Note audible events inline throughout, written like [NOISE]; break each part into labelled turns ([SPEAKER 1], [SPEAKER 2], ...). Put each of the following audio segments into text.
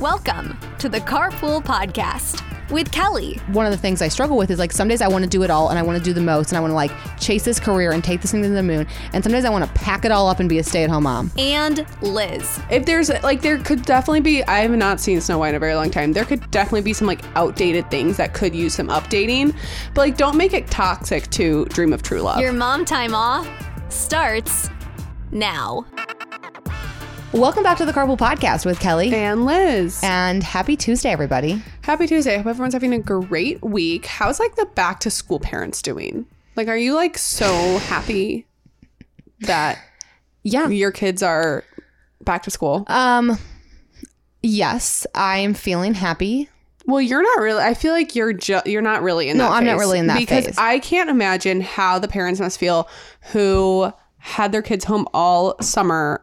[SPEAKER 1] Welcome to the Carpool Podcast with Kelly.
[SPEAKER 2] one of the things I struggle with is like some days I want to do it all and I want to do the most and I want to like chase this career and take this thing to the moon. And some days I want to pack it all up and be a stay at home mom.
[SPEAKER 1] and Liz.
[SPEAKER 3] If there's like, there could definitely be. I have not seen Snow White in a very long time. There could definitely be some like outdated things that could use some updating, but like, don't make it toxic to Dream of True Love.
[SPEAKER 1] Your mom time off starts now.
[SPEAKER 2] Welcome back to the Carpool Podcast with Kelly.
[SPEAKER 3] and Liz.
[SPEAKER 2] And happy Tuesday, everybody.
[SPEAKER 3] Happy Tuesday. I hope everyone's having a great week. How's like the back to school parents doing? Like, are you like so happy that
[SPEAKER 2] Yeah.
[SPEAKER 3] your kids are back to school?
[SPEAKER 2] Um yes, I am feeling happy.
[SPEAKER 3] Well, you're not really. I feel like you're ju- you're not really in.
[SPEAKER 2] No,
[SPEAKER 3] that
[SPEAKER 2] I'm not
[SPEAKER 3] phase.
[SPEAKER 2] really in that
[SPEAKER 3] because
[SPEAKER 2] phase.
[SPEAKER 3] I can't imagine how the parents must feel who had their kids home all summer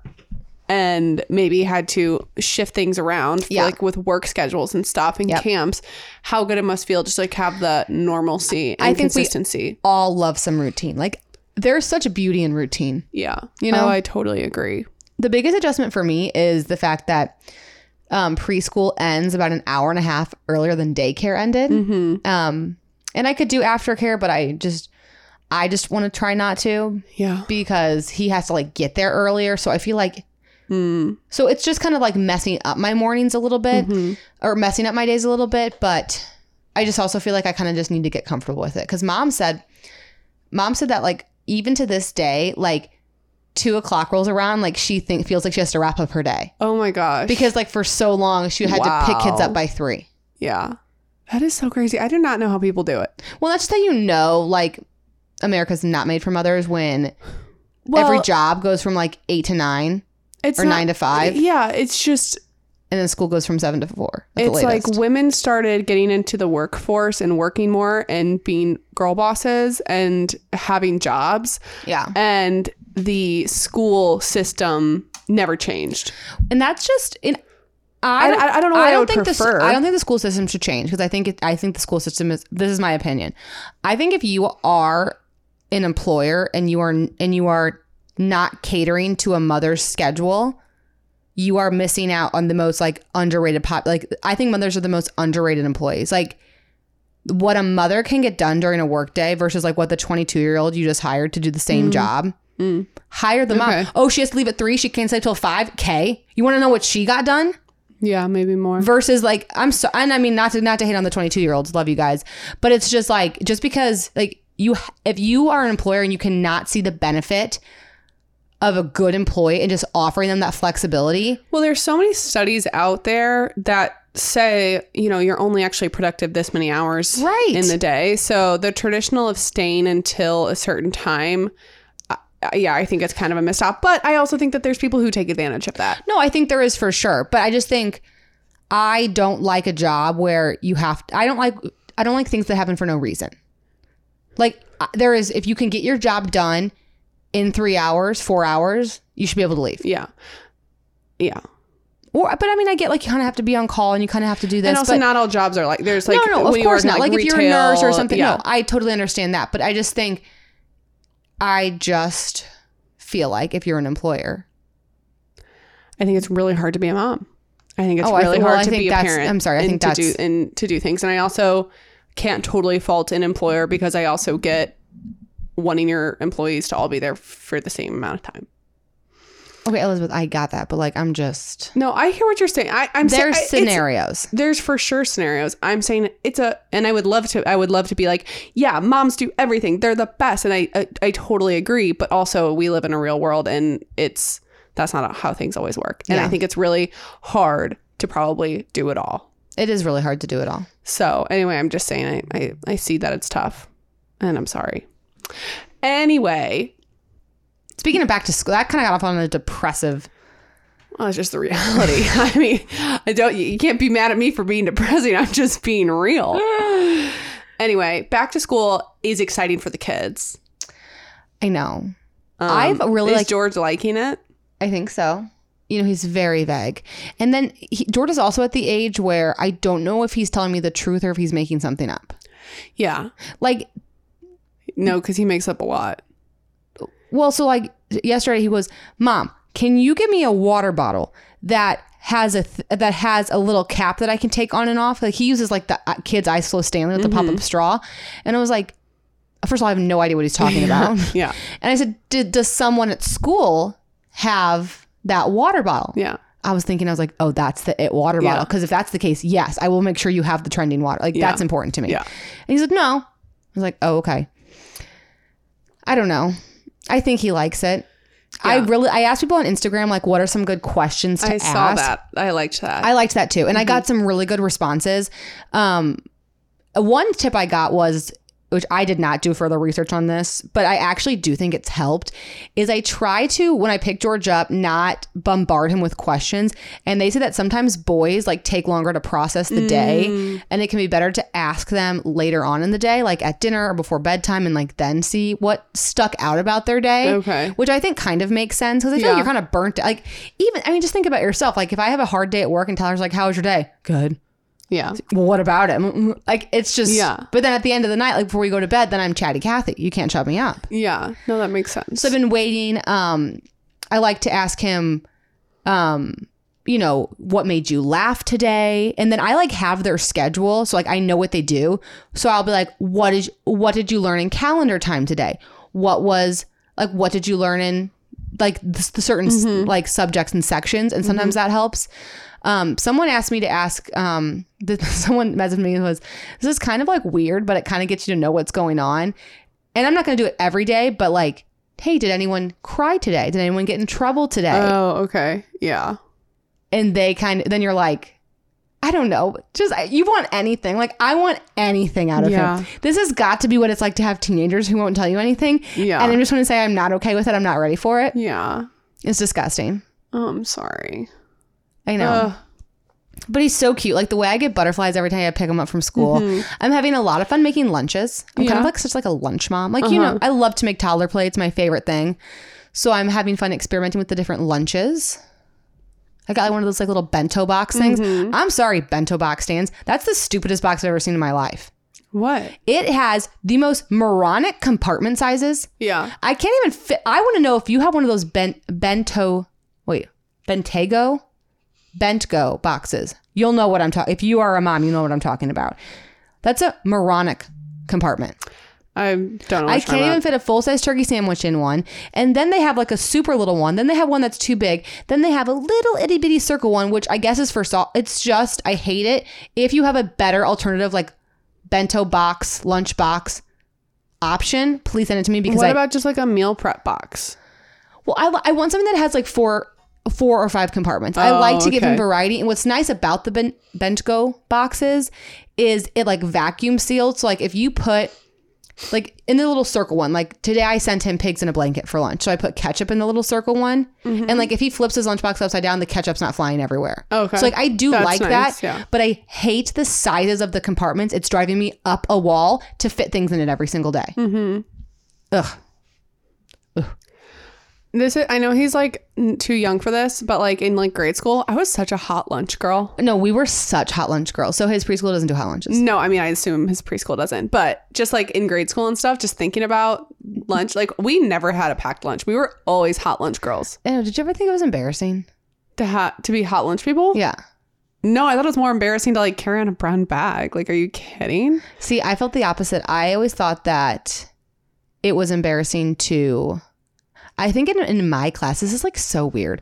[SPEAKER 3] and maybe had to shift things around, for,
[SPEAKER 2] Yeah.
[SPEAKER 3] like with work schedules and stuff and
[SPEAKER 2] Yep.
[SPEAKER 3] camps. How good it must feel just like have the normalcy and
[SPEAKER 2] I think we-
[SPEAKER 3] consistency.
[SPEAKER 2] All love some routine. Like there's such a beauty in routine.
[SPEAKER 3] yeah, you know, I totally agree.
[SPEAKER 2] The biggest adjustment for me is the fact that um, preschool ends about an hour and a half earlier than daycare ended. Um, and I could do aftercare, but I just, I just want to try not to
[SPEAKER 3] Yeah,
[SPEAKER 2] because he has to like get there earlier. So I feel like, so it's just kind of like messing up my mornings a little bit or messing up my days a little bit. But I just also feel like I kind of just need to get comfortable with it because mom said, mom said that like even to this day, like two o'clock rolls around, like she think feels like she has to wrap up her day
[SPEAKER 3] Oh my gosh.
[SPEAKER 2] because like for so long she had to pick kids
[SPEAKER 3] Wow.
[SPEAKER 2] up by three.
[SPEAKER 3] yeah, that is so crazy. I do not know how people do it.
[SPEAKER 2] Well, that's just how you know, like America's not made for mothers when every job goes from like eight to nine
[SPEAKER 3] it's
[SPEAKER 2] or nine to five.
[SPEAKER 3] Yeah, it's just
[SPEAKER 2] and then school goes from seven to four. at the
[SPEAKER 3] it's like
[SPEAKER 2] latest.
[SPEAKER 3] women started getting into the workforce and working more and being girl bosses and having jobs
[SPEAKER 2] yeah,
[SPEAKER 3] and the school system never changed
[SPEAKER 2] and that's just in.
[SPEAKER 3] I- I- I don't know what I would
[SPEAKER 2] think
[SPEAKER 3] prefer.
[SPEAKER 2] The, I don't think the school system should change because I think it, I think the school system is. This is my opinion. I think if you are an employer and you are and you are not catering to a mother's schedule, you are missing out on the most like underrated pop. Like I think mothers are the most underrated employees. Like what a mother can get done during a workday versus like what the 22 year old you just hired to do the same job. Hire the mom.
[SPEAKER 3] Okay.
[SPEAKER 2] Oh, she has to leave at three. She can't stay till five. K. You want to know what she got done?
[SPEAKER 3] yeah maybe more
[SPEAKER 2] versus like I'm so and I mean not to not to hate on the 22 year olds love you guys but it's just like just because like you if you are an employer and you cannot see the benefit of a good employee and just offering them that flexibility
[SPEAKER 3] well there's so many studies out there that say you know you're only actually productive this many hours
[SPEAKER 2] Right.
[SPEAKER 3] in the day so the traditional of staying until a certain time uh, uh, yeah i think it's kind of a missed op but i also think that there's people who take advantage of that
[SPEAKER 2] no I think there is for sure but I just think I don't like a job where you have I don't like I don't like things that happen for no reason like I- there is if you can get your job done in 3 hours 4 hours you should be able to leave
[SPEAKER 3] yeah yeah
[SPEAKER 2] or but I mean I get like you kind of have to be on call and you kind of have to do this
[SPEAKER 3] and also
[SPEAKER 2] but
[SPEAKER 3] not all jobs are like there's like
[SPEAKER 2] no, no,
[SPEAKER 3] when
[SPEAKER 2] of
[SPEAKER 3] you
[SPEAKER 2] course
[SPEAKER 3] work
[SPEAKER 2] not.
[SPEAKER 3] in,
[SPEAKER 2] Like, if you're a
[SPEAKER 3] retail,
[SPEAKER 2] nurse or something,
[SPEAKER 3] yeah.
[SPEAKER 2] no, I totally understand that. But I just think, I just feel like if you're an employer,
[SPEAKER 3] I think it's really hard to be a mom. I think it's
[SPEAKER 2] Oh, I
[SPEAKER 3] really
[SPEAKER 2] think- well,
[SPEAKER 3] hard
[SPEAKER 2] I
[SPEAKER 3] to
[SPEAKER 2] think
[SPEAKER 3] be a
[SPEAKER 2] that's-
[SPEAKER 3] parent.
[SPEAKER 2] I'm sorry, I
[SPEAKER 3] and
[SPEAKER 2] think
[SPEAKER 3] to do
[SPEAKER 2] that's-
[SPEAKER 3] and to do things, and I also can't totally fault an employer because I also get wanting your employees to all be there for the same amount of time.
[SPEAKER 2] okay, Elizabeth, I got that, but like I'm just
[SPEAKER 3] No, I hear what you're saying. I, I'm saying
[SPEAKER 2] there's
[SPEAKER 3] I- it's-
[SPEAKER 2] scenarios.
[SPEAKER 3] there's for sure scenarios. I'm saying it's a, and I would love to, I would love to be like, yeah, moms do everything. They're the best. And I, I, I totally agree. But also, we live in a real world and it's, that's not how things always work. And I
[SPEAKER 2] Yeah.
[SPEAKER 3] think it's really hard to probably do it all.
[SPEAKER 2] It is really hard to do it all.
[SPEAKER 3] So anyway, I'm just saying, I, I, I see that it's tough and I'm sorry. Anyway,
[SPEAKER 2] Speaking of back to school, that kind of got off on a depressive.
[SPEAKER 3] well, it's just the reality. [LAUGHS] I mean, I don't, you can't be mad at me for being depressing. [LAUGHS] I'm just
[SPEAKER 2] [SIGHS]
[SPEAKER 3] being real. Anyway, back to school is exciting for the kids. Um,
[SPEAKER 2] I know. I've really,
[SPEAKER 3] is
[SPEAKER 2] like-
[SPEAKER 3] George liking it.
[SPEAKER 2] I think so. You know, he's very vague. And then he, George is also at the age where I don't know if he's telling me the truth or if he's making something up.
[SPEAKER 3] Yeah,
[SPEAKER 2] Like
[SPEAKER 3] no, because he makes up a lot.
[SPEAKER 2] Well, so like yesterday he goes, Mom, can you give me a water bottle that has a th- that has a little cap that I can take on and off. Like he uses like the uh, kids ice flow Stanley with the pop up straw, and I was like, first of all, I have no idea what he's talking about.
[SPEAKER 3] Yeah.
[SPEAKER 2] And I said, Did, does someone at school have that water bottle?
[SPEAKER 3] Yeah.
[SPEAKER 2] I was thinking, I was like, oh, that's the it water
[SPEAKER 3] Yeah.
[SPEAKER 2] bottle. Because if that's the case, yes, I will make sure you have the trending water. Like,
[SPEAKER 3] Yeah.
[SPEAKER 2] that's important to me.
[SPEAKER 3] Yeah.
[SPEAKER 2] And he's like, no. I was like, oh, okay. I don't know. I think he likes it. I
[SPEAKER 3] Yeah.
[SPEAKER 2] really, I asked people on Instagram, like, what are some good questions to
[SPEAKER 3] I
[SPEAKER 2] ask?
[SPEAKER 3] saw that. Mm-hmm. I liked that.
[SPEAKER 2] I liked that too. And I got some really good responses. Um, one tip I got was, which I did not do further research on this, but I actually do think it's helped, is I try to, when I pick George up, not bombard him with questions. And they say that sometimes boys like take longer to process the
[SPEAKER 3] Mm.
[SPEAKER 2] day and it can be better to ask them later on in the day, like at dinner or before bedtime, and like then see what stuck out about their day.
[SPEAKER 3] Okay.
[SPEAKER 2] Which I think kind of makes sense because I feel
[SPEAKER 3] Yeah.
[SPEAKER 2] like you're kind of burnt. Like even I mean, just think about yourself. Like if I have a hard day at work and Tyler's like, "How was your day?" Good.
[SPEAKER 3] yeah.
[SPEAKER 2] Well, what about it? Mm, mm. Like it's just.
[SPEAKER 3] Yeah.
[SPEAKER 2] But then at the end of the night, like before we go to bed, then I'm chatty Cathy. You can't shut me up.
[SPEAKER 3] Yeah. No, that makes sense.
[SPEAKER 2] So I've been waiting. Um, I like to ask him, um, you know, what made you laugh today? And then I like have their schedule, so like I know what they do. So I'll be like, what did what did you learn in calendar time today? What was like what did you learn in like the, the certain s
[SPEAKER 3] Mm-hmm.
[SPEAKER 2] like subjects and sections? And sometimes that helps. Um, someone asked me to ask. Um, [LAUGHS] the, someone messaged me and was, "This is kind of like weird, but it kind of gets you to know what's going on." And I'm not going to do it every day, but like, hey, did anyone cry today? Did anyone get in trouble today?
[SPEAKER 3] oh, okay. Yeah.
[SPEAKER 2] and they kind of then you're like, I don't know. Just you want anything. Like I want anything out of
[SPEAKER 3] Yeah.
[SPEAKER 2] him. This has got to be what it's like to have teenagers who won't tell you anything.
[SPEAKER 3] Yeah.
[SPEAKER 2] And I'm just going to say I'm not okay with it. I'm not ready for it.
[SPEAKER 3] Yeah.
[SPEAKER 2] It's disgusting.
[SPEAKER 3] Oh, I'm sorry.
[SPEAKER 2] I know.
[SPEAKER 3] Ugh.
[SPEAKER 2] But he's so cute. Like the way I get butterflies every time I pick him up from school. I'm having a lot of fun making lunches. I'm kind
[SPEAKER 3] Yeah.
[SPEAKER 2] of like such like a lunch mom. Like you know, I love to make toddler plates. My favorite thing. So I'm having fun experimenting with the different lunches. I got like, one of those like little bento box things. I'm sorry, bento box stands. That's the stupidest box I've ever seen in my life.
[SPEAKER 3] what?
[SPEAKER 2] It has the most moronic compartment sizes.
[SPEAKER 3] Yeah.
[SPEAKER 2] I can't even fit. I want to know if you have one of those ben, bento, wait, bentago, bentgo boxes. You'll know what I'm talking. If you are a mom, you know what I'm talking about. That's a moronic compartment.
[SPEAKER 3] I don't know.
[SPEAKER 2] I
[SPEAKER 3] What
[SPEAKER 2] can't even fit a full size turkey sandwich in one. And then they have like a super little one. Then they have one that's too big. Then they have a little itty bitty circle one, which I guess is for salt. It's just I hate it. If you have a better alternative, like bento box, lunch box option, please send it to me because
[SPEAKER 3] What
[SPEAKER 2] I,
[SPEAKER 3] about just like a meal prep box?
[SPEAKER 2] Well, I, I want something that has like four four or five compartments. I
[SPEAKER 3] Oh,
[SPEAKER 2] like to give
[SPEAKER 3] okay.
[SPEAKER 2] him variety. And what's nice about the ben- Bentgo boxes is it like vacuum sealed. So like if you put like in the little circle one, like today I sent him pigs in a blanket for lunch. So I put ketchup in the little circle one. And like if he flips his lunchbox upside down, the ketchup's not flying everywhere.
[SPEAKER 3] Mm-hmm. Okay.
[SPEAKER 2] So like I do
[SPEAKER 3] That's
[SPEAKER 2] like
[SPEAKER 3] nice,
[SPEAKER 2] that,
[SPEAKER 3] yeah.
[SPEAKER 2] but I hate the sizes of the compartments. It's driving me up a wall to fit things in it every single day. Mm-hmm. Ugh.
[SPEAKER 3] This is, I know he's like n- too young for this, but like in like grade school, I was such a hot lunch girl.
[SPEAKER 2] No, we were such hot lunch girls. So his preschool doesn't do hot lunches.
[SPEAKER 3] No, I mean I assume his preschool doesn't, but just like in grade school and stuff, just thinking about lunch, like we never had a packed lunch. We were always hot lunch girls.
[SPEAKER 2] Oh, did you ever think it was embarrassing?
[SPEAKER 3] To ha- to be hot lunch people?
[SPEAKER 2] Yeah.
[SPEAKER 3] No, I thought it was more embarrassing to like carry on a brown bag. Like, are you kidding?
[SPEAKER 2] See, I felt the opposite. I always thought that it was embarrassing to. I think in, in my class, this is like so weird.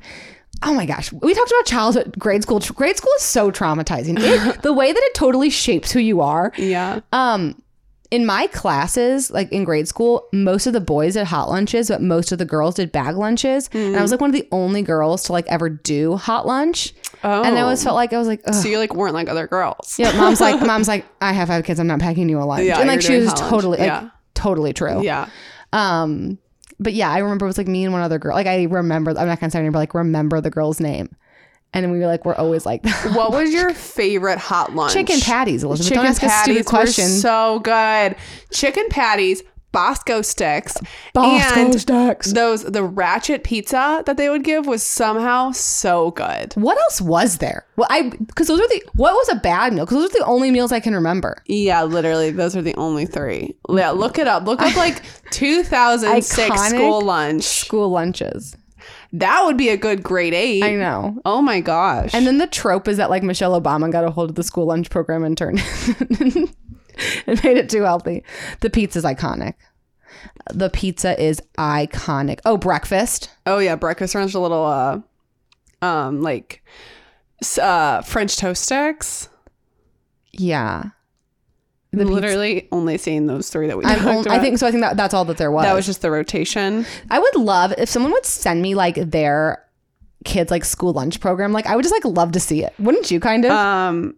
[SPEAKER 2] Oh my gosh, we talked about childhood, grade school. Grade school is so traumatizing. It- the way that it totally shapes who you are.
[SPEAKER 3] Yeah.
[SPEAKER 2] Um, in my classes, like in grade school, most of the boys did hot lunches, but most of the girls did bag lunches. And I was like one of the only girls to like ever do hot lunch.
[SPEAKER 3] Oh.
[SPEAKER 2] And I always felt like I was like, Ugh.
[SPEAKER 3] so you like weren't like other
[SPEAKER 2] [LAUGHS]
[SPEAKER 3] girls.
[SPEAKER 2] yeah. Mom's
[SPEAKER 3] [LAUGHS]
[SPEAKER 2] like, mom's like, I have five kids. I'm not packing you a lunch.
[SPEAKER 3] Yeah,
[SPEAKER 2] and
[SPEAKER 3] you're
[SPEAKER 2] like she
[SPEAKER 3] doing
[SPEAKER 2] was
[SPEAKER 3] college.
[SPEAKER 2] totally, like,
[SPEAKER 3] Yeah.
[SPEAKER 2] totally true.
[SPEAKER 3] Yeah.
[SPEAKER 2] Um, but yeah, I remember it was like me and one other girl. Like I remember, I'm not gonna say her name, but like remember the girl's name. And we were like, we're always like that.
[SPEAKER 3] What was your favorite hot
[SPEAKER 2] [LAUGHS]
[SPEAKER 3] lunch?
[SPEAKER 2] chicken patties, Elizabeth.
[SPEAKER 3] Chicken
[SPEAKER 2] Don't ask us
[SPEAKER 3] patties
[SPEAKER 2] stupid
[SPEAKER 3] were
[SPEAKER 2] questions.
[SPEAKER 3] so good. Chicken patties, Bosco sticks,
[SPEAKER 2] Bosco
[SPEAKER 3] and
[SPEAKER 2] sticks.
[SPEAKER 3] Those the ratchet pizza that they would give was somehow so good.
[SPEAKER 2] what else was there? Well, I because those are the what was a bad meal? Because those are the only meals I can remember.
[SPEAKER 3] Yeah, literally, those are the only three.
[SPEAKER 2] [LAUGHS]
[SPEAKER 3] Yeah, look it up. Look up like 2006
[SPEAKER 2] Iconic
[SPEAKER 3] school lunch.
[SPEAKER 2] School lunches.
[SPEAKER 3] That would be a good grade eight.
[SPEAKER 2] I know.
[SPEAKER 3] Oh my gosh.
[SPEAKER 2] And then the trope is that like Michelle Obama got a hold of the school lunch program and turned [LAUGHS] and made it too healthy. The pizza's iconic. The pizza is iconic. Oh, breakfast.
[SPEAKER 3] oh yeah, breakfast runs a little uh um like s- uh French toast sticks.
[SPEAKER 2] Yeah.
[SPEAKER 3] [LAUGHS] I'm literally only seeing those three that we
[SPEAKER 2] I'm
[SPEAKER 3] talked
[SPEAKER 2] on- I
[SPEAKER 3] about.
[SPEAKER 2] think so. I think that, that's all that there was.
[SPEAKER 3] that was just the rotation.
[SPEAKER 2] I would love if someone would send me like their kids like school lunch program. Like I would just like love to see it. Wouldn't you? Kind of.
[SPEAKER 3] Um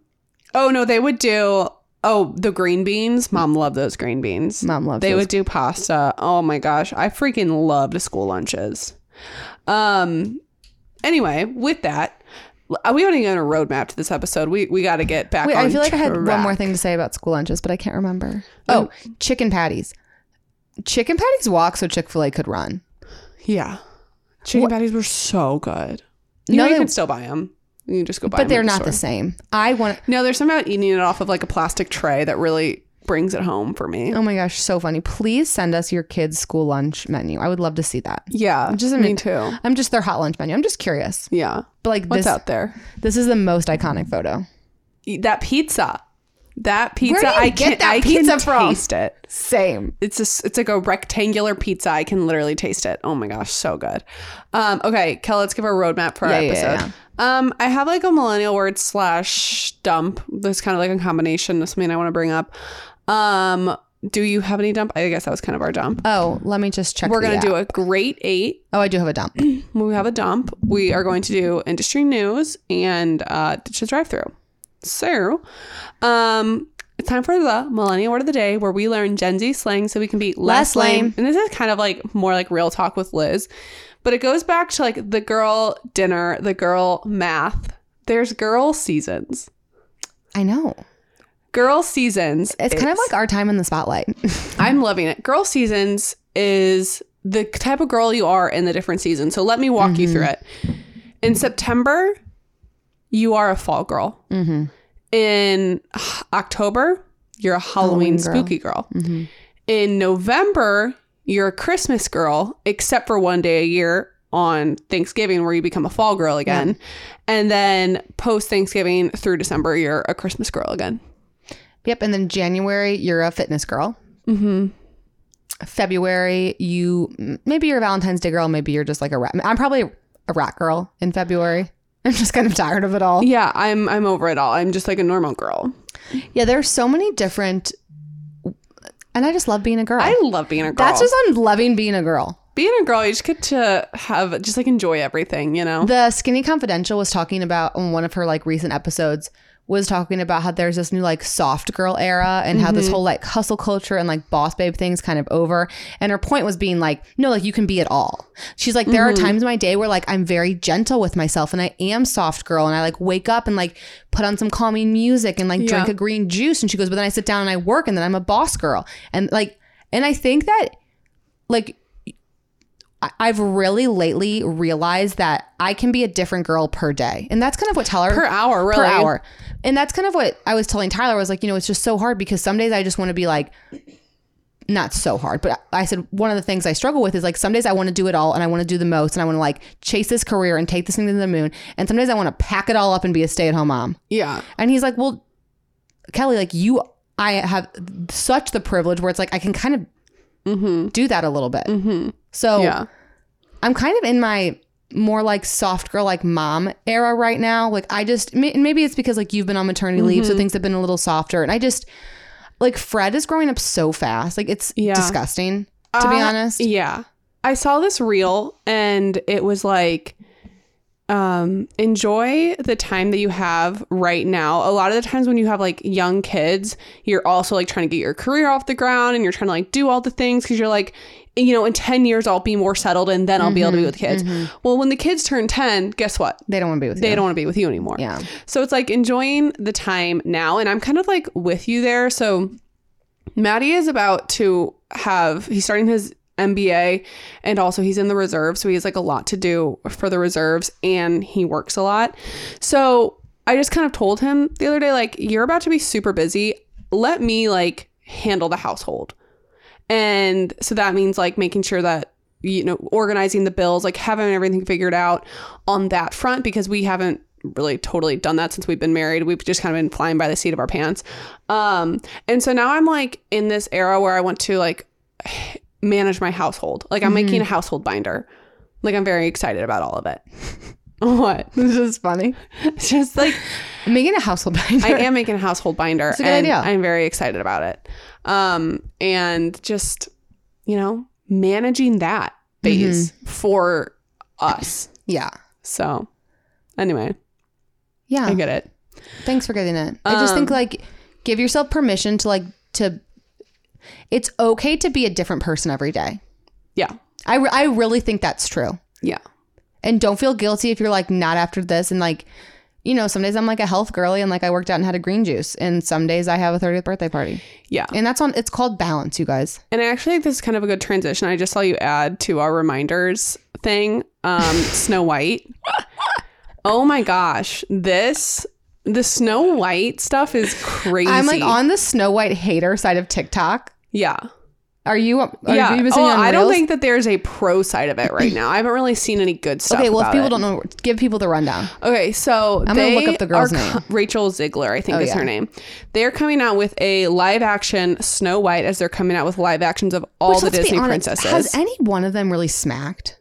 [SPEAKER 3] oh no, they would do oh, the green beans. Mom loved those green beans.
[SPEAKER 2] Mom loves.
[SPEAKER 3] They
[SPEAKER 2] those.
[SPEAKER 3] would do pasta. Oh my gosh, I freaking loved school lunches. Um. Anyway, with that, l- we only got a roadmap to this episode. We we got to get back.
[SPEAKER 2] Wait,
[SPEAKER 3] on
[SPEAKER 2] I feel like I had one more
[SPEAKER 3] track.
[SPEAKER 2] thing to say about school lunches, but I can't remember. Oh, chicken patties. Chicken patties walk so Chick Fil A could run.
[SPEAKER 3] Yeah, chicken patties were so good. You
[SPEAKER 2] No,
[SPEAKER 3] know, you
[SPEAKER 2] they-
[SPEAKER 3] can still buy them. You can just go buy
[SPEAKER 2] But
[SPEAKER 3] them.
[SPEAKER 2] they're not the same. I want.
[SPEAKER 3] same. No, there's something about eating it off of like a plastic tray that really brings it home for me.
[SPEAKER 2] Oh my gosh, so funny! Please send us your kids' school lunch menu. I would love to see that.
[SPEAKER 3] Yeah,
[SPEAKER 2] Just a
[SPEAKER 3] me
[SPEAKER 2] minute.
[SPEAKER 3] too.
[SPEAKER 2] I'm just their hot lunch menu. I'm just curious.
[SPEAKER 3] Yeah,
[SPEAKER 2] But like
[SPEAKER 3] what's
[SPEAKER 2] this,
[SPEAKER 3] out there?
[SPEAKER 2] this is the most iconic photo.
[SPEAKER 3] Eat e, That pizza. That pizza.
[SPEAKER 2] do you
[SPEAKER 3] I
[SPEAKER 2] get
[SPEAKER 3] can,
[SPEAKER 2] that
[SPEAKER 3] I
[SPEAKER 2] pizza
[SPEAKER 3] can
[SPEAKER 2] from?
[SPEAKER 3] taste it.
[SPEAKER 2] Same.
[SPEAKER 3] it's a, s- it's like a rectangular pizza. I can literally taste it. Oh my gosh, so good. Um, okay, Kel, let's give a roadmap for our
[SPEAKER 2] Yeah, yeah,
[SPEAKER 3] episode. Um, I have like a millennial word slash dump. That's kind of like a combination of something I want to bring up. Um, do you have any dump? I guess that was kind of our dump.
[SPEAKER 2] Oh, let me just check.
[SPEAKER 3] We're gonna
[SPEAKER 2] the
[SPEAKER 3] do
[SPEAKER 2] app.
[SPEAKER 3] a great eight.
[SPEAKER 2] Oh, I do have a [CLEARS THROAT] dump.
[SPEAKER 3] We have a dump. We are going to do industry news and uh, ditch the drive through. So, um, it's time for the millennial word of the day where we learn Gen Z slang so we can be
[SPEAKER 2] Less
[SPEAKER 3] less, lame.
[SPEAKER 2] lame.
[SPEAKER 3] And this is kind of like more like real talk with Liz, but it goes back to like the girl dinner, the girl math. There's girl seasons.
[SPEAKER 2] I know.
[SPEAKER 3] Girl seasons.
[SPEAKER 2] It's kind of like our time in the spotlight. [LAUGHS]
[SPEAKER 3] I'm loving it. Girl seasons is the type of girl you are in the different seasons. So let me walk you through it. In September, you are a fall girl.
[SPEAKER 2] Mm-hmm.
[SPEAKER 3] In h- October, you're a Halloween,
[SPEAKER 2] Halloween girl. Mm-hmm.
[SPEAKER 3] spooky girl. In November, you're a Christmas girl, except for one day a year on Thanksgiving where you become a fall girl again. And then post Thanksgiving through December, you're a Christmas girl again.
[SPEAKER 2] yep. And then January, you're a fitness girl. Mm-hmm. February, you m- maybe you're a Valentine's Day girl. Maybe you're just like a rat. I'm probably a rat girl in February. [LAUGHS] I'm just kind of tired of it all.
[SPEAKER 3] Yeah, I'm I'm over it all. I'm just like a normal girl.
[SPEAKER 2] Yeah, there's so many different, and I just love being a girl.
[SPEAKER 3] I love being a girl.
[SPEAKER 2] That's just I'm loving being a girl.
[SPEAKER 3] being a girl. You just get to have just like enjoy everything, you know.
[SPEAKER 2] The Skinny Confidential was talking about on one of her like recent episodes was talking about how there's this new like soft girl era and how this
[SPEAKER 3] Mm-hmm.
[SPEAKER 2] whole like hustle culture and like boss babe thing's kind of over. And her point was being like, no, like you can be it all. She's like, there
[SPEAKER 3] Mm-hmm.
[SPEAKER 2] are times in my day where like I'm very gentle with myself and I am soft girl and I like wake up and like put on some calming music and like drink
[SPEAKER 3] Yeah.
[SPEAKER 2] a green juice. And she goes, but then I sit down and I work and then I'm a boss girl. And like, and I think that like I- I've really lately realized that I can be a different girl per day. And that's kind of what Tyler
[SPEAKER 3] per hour, really.
[SPEAKER 2] per hour. And that's kind of what I was telling Tyler I was like, you know, it's just so hard because some days I just want to be like not so hard, but I said one of the things I struggle with is like some days I want to do it all and I want to do the most and I want to like chase this career and take this thing to the moon. And some days I want to pack it all up and be a stay-at-home mom.
[SPEAKER 3] Yeah,
[SPEAKER 2] And he's like, "Well, Kelly, like you, I have such the privilege where it's like I can kind of do that a little bit. So
[SPEAKER 3] Mm-hmm. yeah,
[SPEAKER 2] I'm kind of in my more like soft girl, like mom era right now. Like I just may- and maybe it's because like you've been on maternity leave,
[SPEAKER 3] Mm-hmm.
[SPEAKER 2] so things have been a little softer. And I just like Fred is growing up so fast. Like it's
[SPEAKER 3] Yeah.
[SPEAKER 2] disgusting to be
[SPEAKER 3] Uh,
[SPEAKER 2] honest.
[SPEAKER 3] yeah. I saw this reel and it was like, um, enjoy the time that you have right now. A lot of the times when you have like young kids, you're also like trying to get your career off the ground and you're trying to like do all the things because you're like, you know, in 10 years, I'll be more settled and then I'll be
[SPEAKER 2] Mm-hmm.
[SPEAKER 3] able to be with kids. Well, when the kids turn 10, guess what?
[SPEAKER 2] They don't want to be with
[SPEAKER 3] They
[SPEAKER 2] you.
[SPEAKER 3] don't want to be with you anymore.
[SPEAKER 2] Yeah.
[SPEAKER 3] So it's like enjoying the time now. And I'm kind of like with you there. So Maddie is about to have, he's starting his MBA and also he's in the reserves. So he has like a lot to do for the reserves and he works a lot. So I just kind of told him the other day, like, you're about to be super busy. Let me like handle the household. And so that means like making sure that you know, organizing the bills, like having everything figured out on that front because we haven't really totally done that since we've been married. We've just kind of been flying by the seat of our pants. Um, and so now I'm like in this era where I want to like [SIGHS] manage my household. Like I'm making a household binder. Like I'm very excited about all of it. [LAUGHS] what? [LAUGHS]
[SPEAKER 2] This is funny.
[SPEAKER 3] It's just like
[SPEAKER 2] Making a household [LAUGHS] binder.
[SPEAKER 3] I am making a household binder.
[SPEAKER 2] a good
[SPEAKER 3] and
[SPEAKER 2] idea.
[SPEAKER 3] I'm very excited about it. Um, and just, you know, managing that
[SPEAKER 2] Mm-hmm.
[SPEAKER 3] phase for us.
[SPEAKER 2] Yeah.
[SPEAKER 3] So anyway,
[SPEAKER 2] Yeah.
[SPEAKER 3] I get it.
[SPEAKER 2] Thanks for getting it. I just
[SPEAKER 3] Um,
[SPEAKER 2] think like give yourself permission to like to it's okay to be a different person every day.
[SPEAKER 3] Yeah.
[SPEAKER 2] I re- I really think that's true.
[SPEAKER 3] Yeah.
[SPEAKER 2] And don't feel guilty if you're like not after this and like you know, some days I'm like a health girly and like I worked out and had a green juice and some days I have a 30th birthday party.
[SPEAKER 3] Yeah.
[SPEAKER 2] And that's on it's called balance, you guys.
[SPEAKER 3] And I actually think this is kind of a good transition. I just saw you add to our reminders thing, um, [LAUGHS] Snow White. oh my gosh. This the Snow White stuff is crazy.
[SPEAKER 2] I'm like on the Snow White hater side of TikTok.
[SPEAKER 3] Yeah.
[SPEAKER 2] Are you are
[SPEAKER 3] yeah.
[SPEAKER 2] you even seeing
[SPEAKER 3] oh,
[SPEAKER 2] it on
[SPEAKER 3] I don't
[SPEAKER 2] Reels?
[SPEAKER 3] think that there's a pro side of it right now. I haven't really seen any good stuff.
[SPEAKER 2] Okay, well if
[SPEAKER 3] about
[SPEAKER 2] people
[SPEAKER 3] it.
[SPEAKER 2] don't know give people the rundown.
[SPEAKER 3] Okay, so
[SPEAKER 2] I'm gonna
[SPEAKER 3] they
[SPEAKER 2] look up the girl's
[SPEAKER 3] are
[SPEAKER 2] name. Oh,
[SPEAKER 3] co- Rachel Ziegler, I think is
[SPEAKER 2] yeah.
[SPEAKER 3] her name. They're coming out with a live action Snow White as they're coming out with live actions of all
[SPEAKER 2] Which,
[SPEAKER 3] the
[SPEAKER 2] let's be
[SPEAKER 3] Disney
[SPEAKER 2] honest,
[SPEAKER 3] princesses.
[SPEAKER 2] Has any one of them really smacked?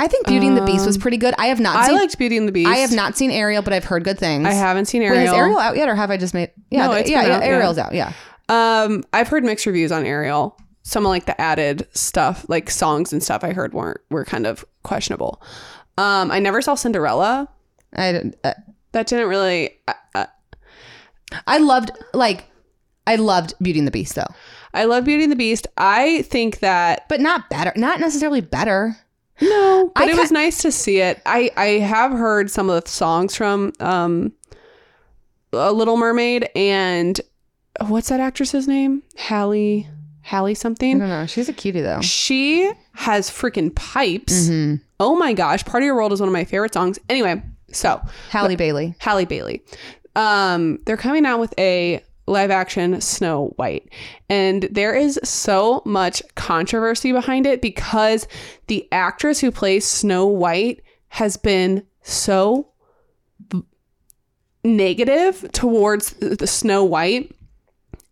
[SPEAKER 2] I think Beauty and the Beast was pretty good. I have not
[SPEAKER 3] Um, I
[SPEAKER 2] seen.
[SPEAKER 3] liked Beauty and the Beast.
[SPEAKER 2] I have not seen Ariel, but I've heard good things.
[SPEAKER 3] I haven't seen
[SPEAKER 2] Wait,
[SPEAKER 3] Ariel.
[SPEAKER 2] is Ariel out yet, or have I just made? Yeah,
[SPEAKER 3] No,
[SPEAKER 2] the-
[SPEAKER 3] it's
[SPEAKER 2] yeah,
[SPEAKER 3] been
[SPEAKER 2] yeah,
[SPEAKER 3] out, yeah.
[SPEAKER 2] Ariel's out. Yeah,
[SPEAKER 3] Um, I've heard mixed reviews on Ariel. Some of like the added stuff, like songs and stuff, I heard weren't were kind of questionable. Um, I never saw Cinderella.
[SPEAKER 2] I didn't- uh,
[SPEAKER 3] That didn't really. I, I,
[SPEAKER 2] I loved like I loved Beauty and the Beast though,
[SPEAKER 3] I love Beauty and the Beast. I think that
[SPEAKER 2] but not better, not necessarily better.
[SPEAKER 3] No, but
[SPEAKER 2] I
[SPEAKER 3] it
[SPEAKER 2] ca-
[SPEAKER 3] was nice to see it. I I have heard some of the songs from um, a Little Mermaid and what's that actress's name? Hallie Hallie
[SPEAKER 2] I
[SPEAKER 3] something.
[SPEAKER 2] don't know. She's a cutie though.
[SPEAKER 3] She has freaking pipes. Oh my gosh, Part of Your World is one of my favorite songs. Anyway, so
[SPEAKER 2] Halle Bailey.
[SPEAKER 3] Halle Bailey. Um, they're coming out with a live action Snow White. And there is so much controversy behind it because the actress who plays Snow White has been so v- negative towards the Snow White.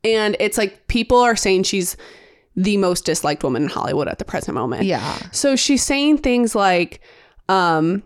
[SPEAKER 3] And it's like people are saying she's the most disliked woman in Hollywood at the present moment.
[SPEAKER 2] Yeah,
[SPEAKER 3] So she's saying things like, um,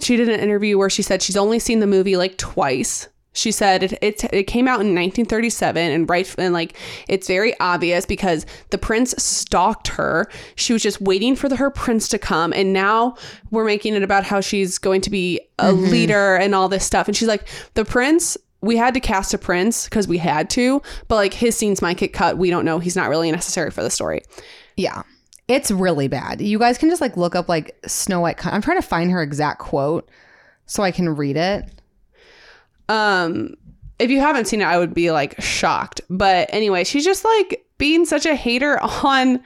[SPEAKER 3] she did an interview where she said she's only seen the movie like twice. She said it, it, it came out in 1937 and right and like it's very obvious because the prince stalked her. She was just waiting for the, her prince to come and now we're making it about how she's going to be a leader and all this stuff. And she's like the prince we had to cast a prince because we had to, but like his scenes might get cut. We don't know. He's not really necessary for the story.
[SPEAKER 2] yeah. It's really bad. You guys can just like look up like Snow White. con- I'm trying to find her exact quote so I can read it.
[SPEAKER 3] um if you haven't seen it i would be like shocked but anyway she's just like being such a hater [LAUGHS] on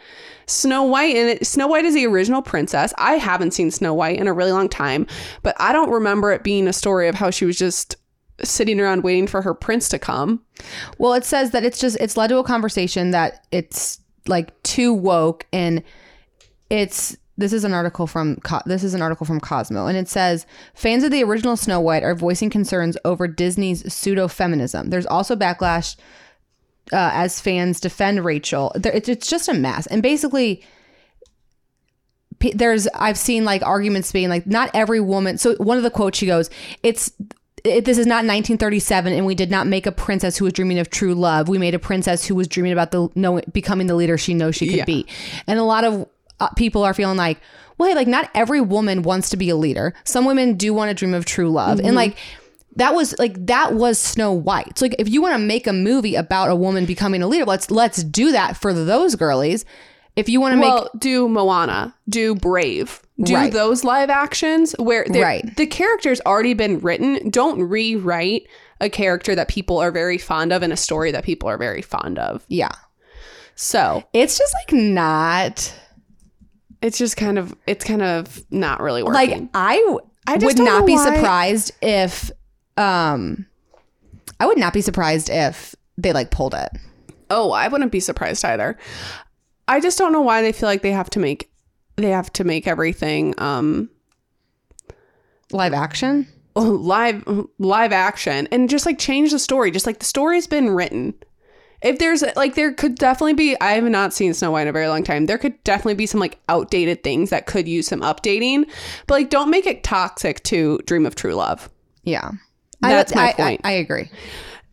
[SPEAKER 3] snow white and it, snow white is the original princess i haven't seen snow white in a really long time but i don't remember it being a story of how she was just sitting around waiting for her prince to come
[SPEAKER 2] Well, it says that it's just it's led to a conversation that it's like too woke and it's this is an article from Co- this is an article from Cosmo and it says fans of the original Snow White are voicing concerns over Disney's pseudo feminism. There's also backlash uh, as fans defend Rachel. There, it's, it's just a mess and basically p- there's I've seen like arguments being like not every woman. So one of the quotes she goes, "It's it, this is not 1937, and we did not make a princess who was dreaming of true love. We made a princess who was dreaming about the know, becoming the leader she knows she could
[SPEAKER 3] Yeah.
[SPEAKER 2] be." And a lot of uh, people are feeling like, "Well, hey, like not every woman wants to be a leader. Some women do want to dream of true love,"
[SPEAKER 3] Mm-hmm.
[SPEAKER 2] and like. That was like that was Snow White. So like if you want to make a movie about a woman becoming a leader, let's let's do that for those girlies. If you want to make
[SPEAKER 3] well do moana do brave do
[SPEAKER 2] Right.
[SPEAKER 3] those live actions where they're-
[SPEAKER 2] Right.
[SPEAKER 3] the character's already been written don't rewrite a character that people are very fond of and a story that people are very fond of
[SPEAKER 2] yeah,
[SPEAKER 3] so
[SPEAKER 2] it's just like not
[SPEAKER 3] it's just kind of it's kind of not really working.
[SPEAKER 2] like I w-
[SPEAKER 3] I just
[SPEAKER 2] would
[SPEAKER 3] don't
[SPEAKER 2] not
[SPEAKER 3] know
[SPEAKER 2] be
[SPEAKER 3] why-
[SPEAKER 2] surprised if um I would not be surprised if they like pulled it.
[SPEAKER 3] oh, I wouldn't be surprised either. I just don't know why they feel like they have to make they have to make everything um [LAUGHS]
[SPEAKER 2] Live action?
[SPEAKER 3] live live action and just like change the story just like the story's been written if there's like there could definitely be i have not seen snow white in a very long time there could definitely be some like outdated things that could use some updating but like don't make it toxic to dream of true love
[SPEAKER 2] Yeah.
[SPEAKER 3] That's
[SPEAKER 2] I,
[SPEAKER 3] my
[SPEAKER 2] I-
[SPEAKER 3] point.
[SPEAKER 2] I, I agree.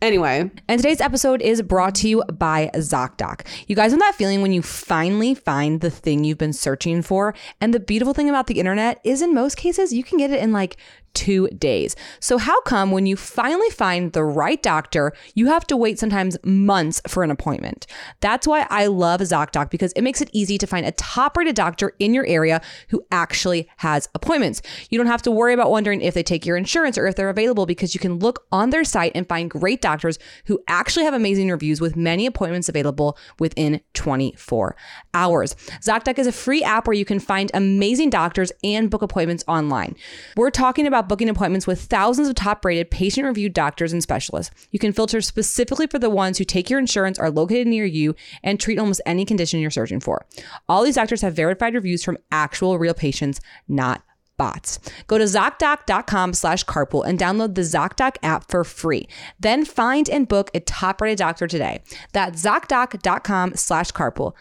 [SPEAKER 3] anyway
[SPEAKER 4] And today's episode is brought to you by ZocDoc. You guys know that feeling when you finally find the thing you've been searching for? And the beautiful thing about the internet is, in most cases, you can get it in like two days. So, how come when you finally find the right doctor, you have to wait sometimes months for an appointment? That's why I love ZocDoc because it makes it easy to find a top rated doctor in your area who actually has appointments. You don't have to worry about wondering if they take your insurance or if they're available because you can look on their site and find great doctors who actually have amazing reviews with many appointments available within 24 hours. ZocDoc is a free app where you can find amazing doctors and book appointments online. We're talking about booking appointments with thousands of top rated patient reviewed doctors and specialists. You can filter specifically for the ones who take your insurance, are located near you, and treat almost any condition you're searching for. All these doctors have verified reviews from actual real patients, not bots. Go to ZocDoc.com slash carpool and download the ZocDoc app for free. Then find and book a top-rated doctor today. That's ZocDoc.com slash carpool.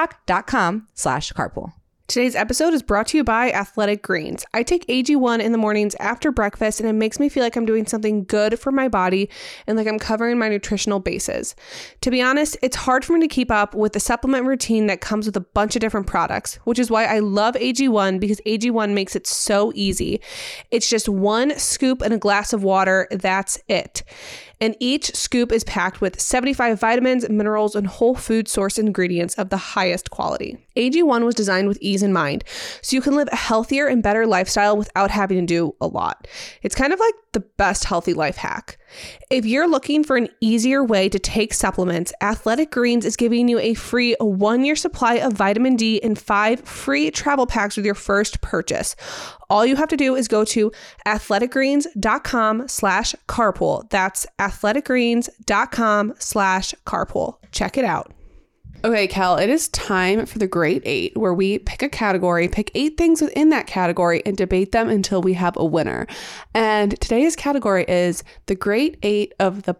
[SPEAKER 4] ZocDoc.com slash carpool.
[SPEAKER 5] Today's episode is brought to you by Athletic Greens. I take AG1 in the mornings after breakfast, and it makes me feel like I'm doing something good for my body and like I'm covering my nutritional bases. To be honest, it's hard for me to keep up with the supplement routine that comes with a bunch of different products, which is why I love AG1 because AG1 makes it so easy. It's just one scoop and a glass of water, that's it. And each scoop is packed with 75 vitamins, minerals, and whole food source ingredients of the highest quality. AG1 was designed with ease in mind, so you can live a healthier and better lifestyle without having to do a lot. It's kind of like the best healthy life hack. If you're looking for an easier way to take supplements, Athletic Greens is giving you a free one year supply of vitamin D and five free travel packs with your first purchase. All you have to do is go to athleticgreens.com slash carpool. That's athleticgreens.com slash carpool. Check it out.
[SPEAKER 3] Okay, Cal, it is time for the great eight, where we pick a category, pick eight things within that category, and debate them until we have a winner. And today's category is the great eight of the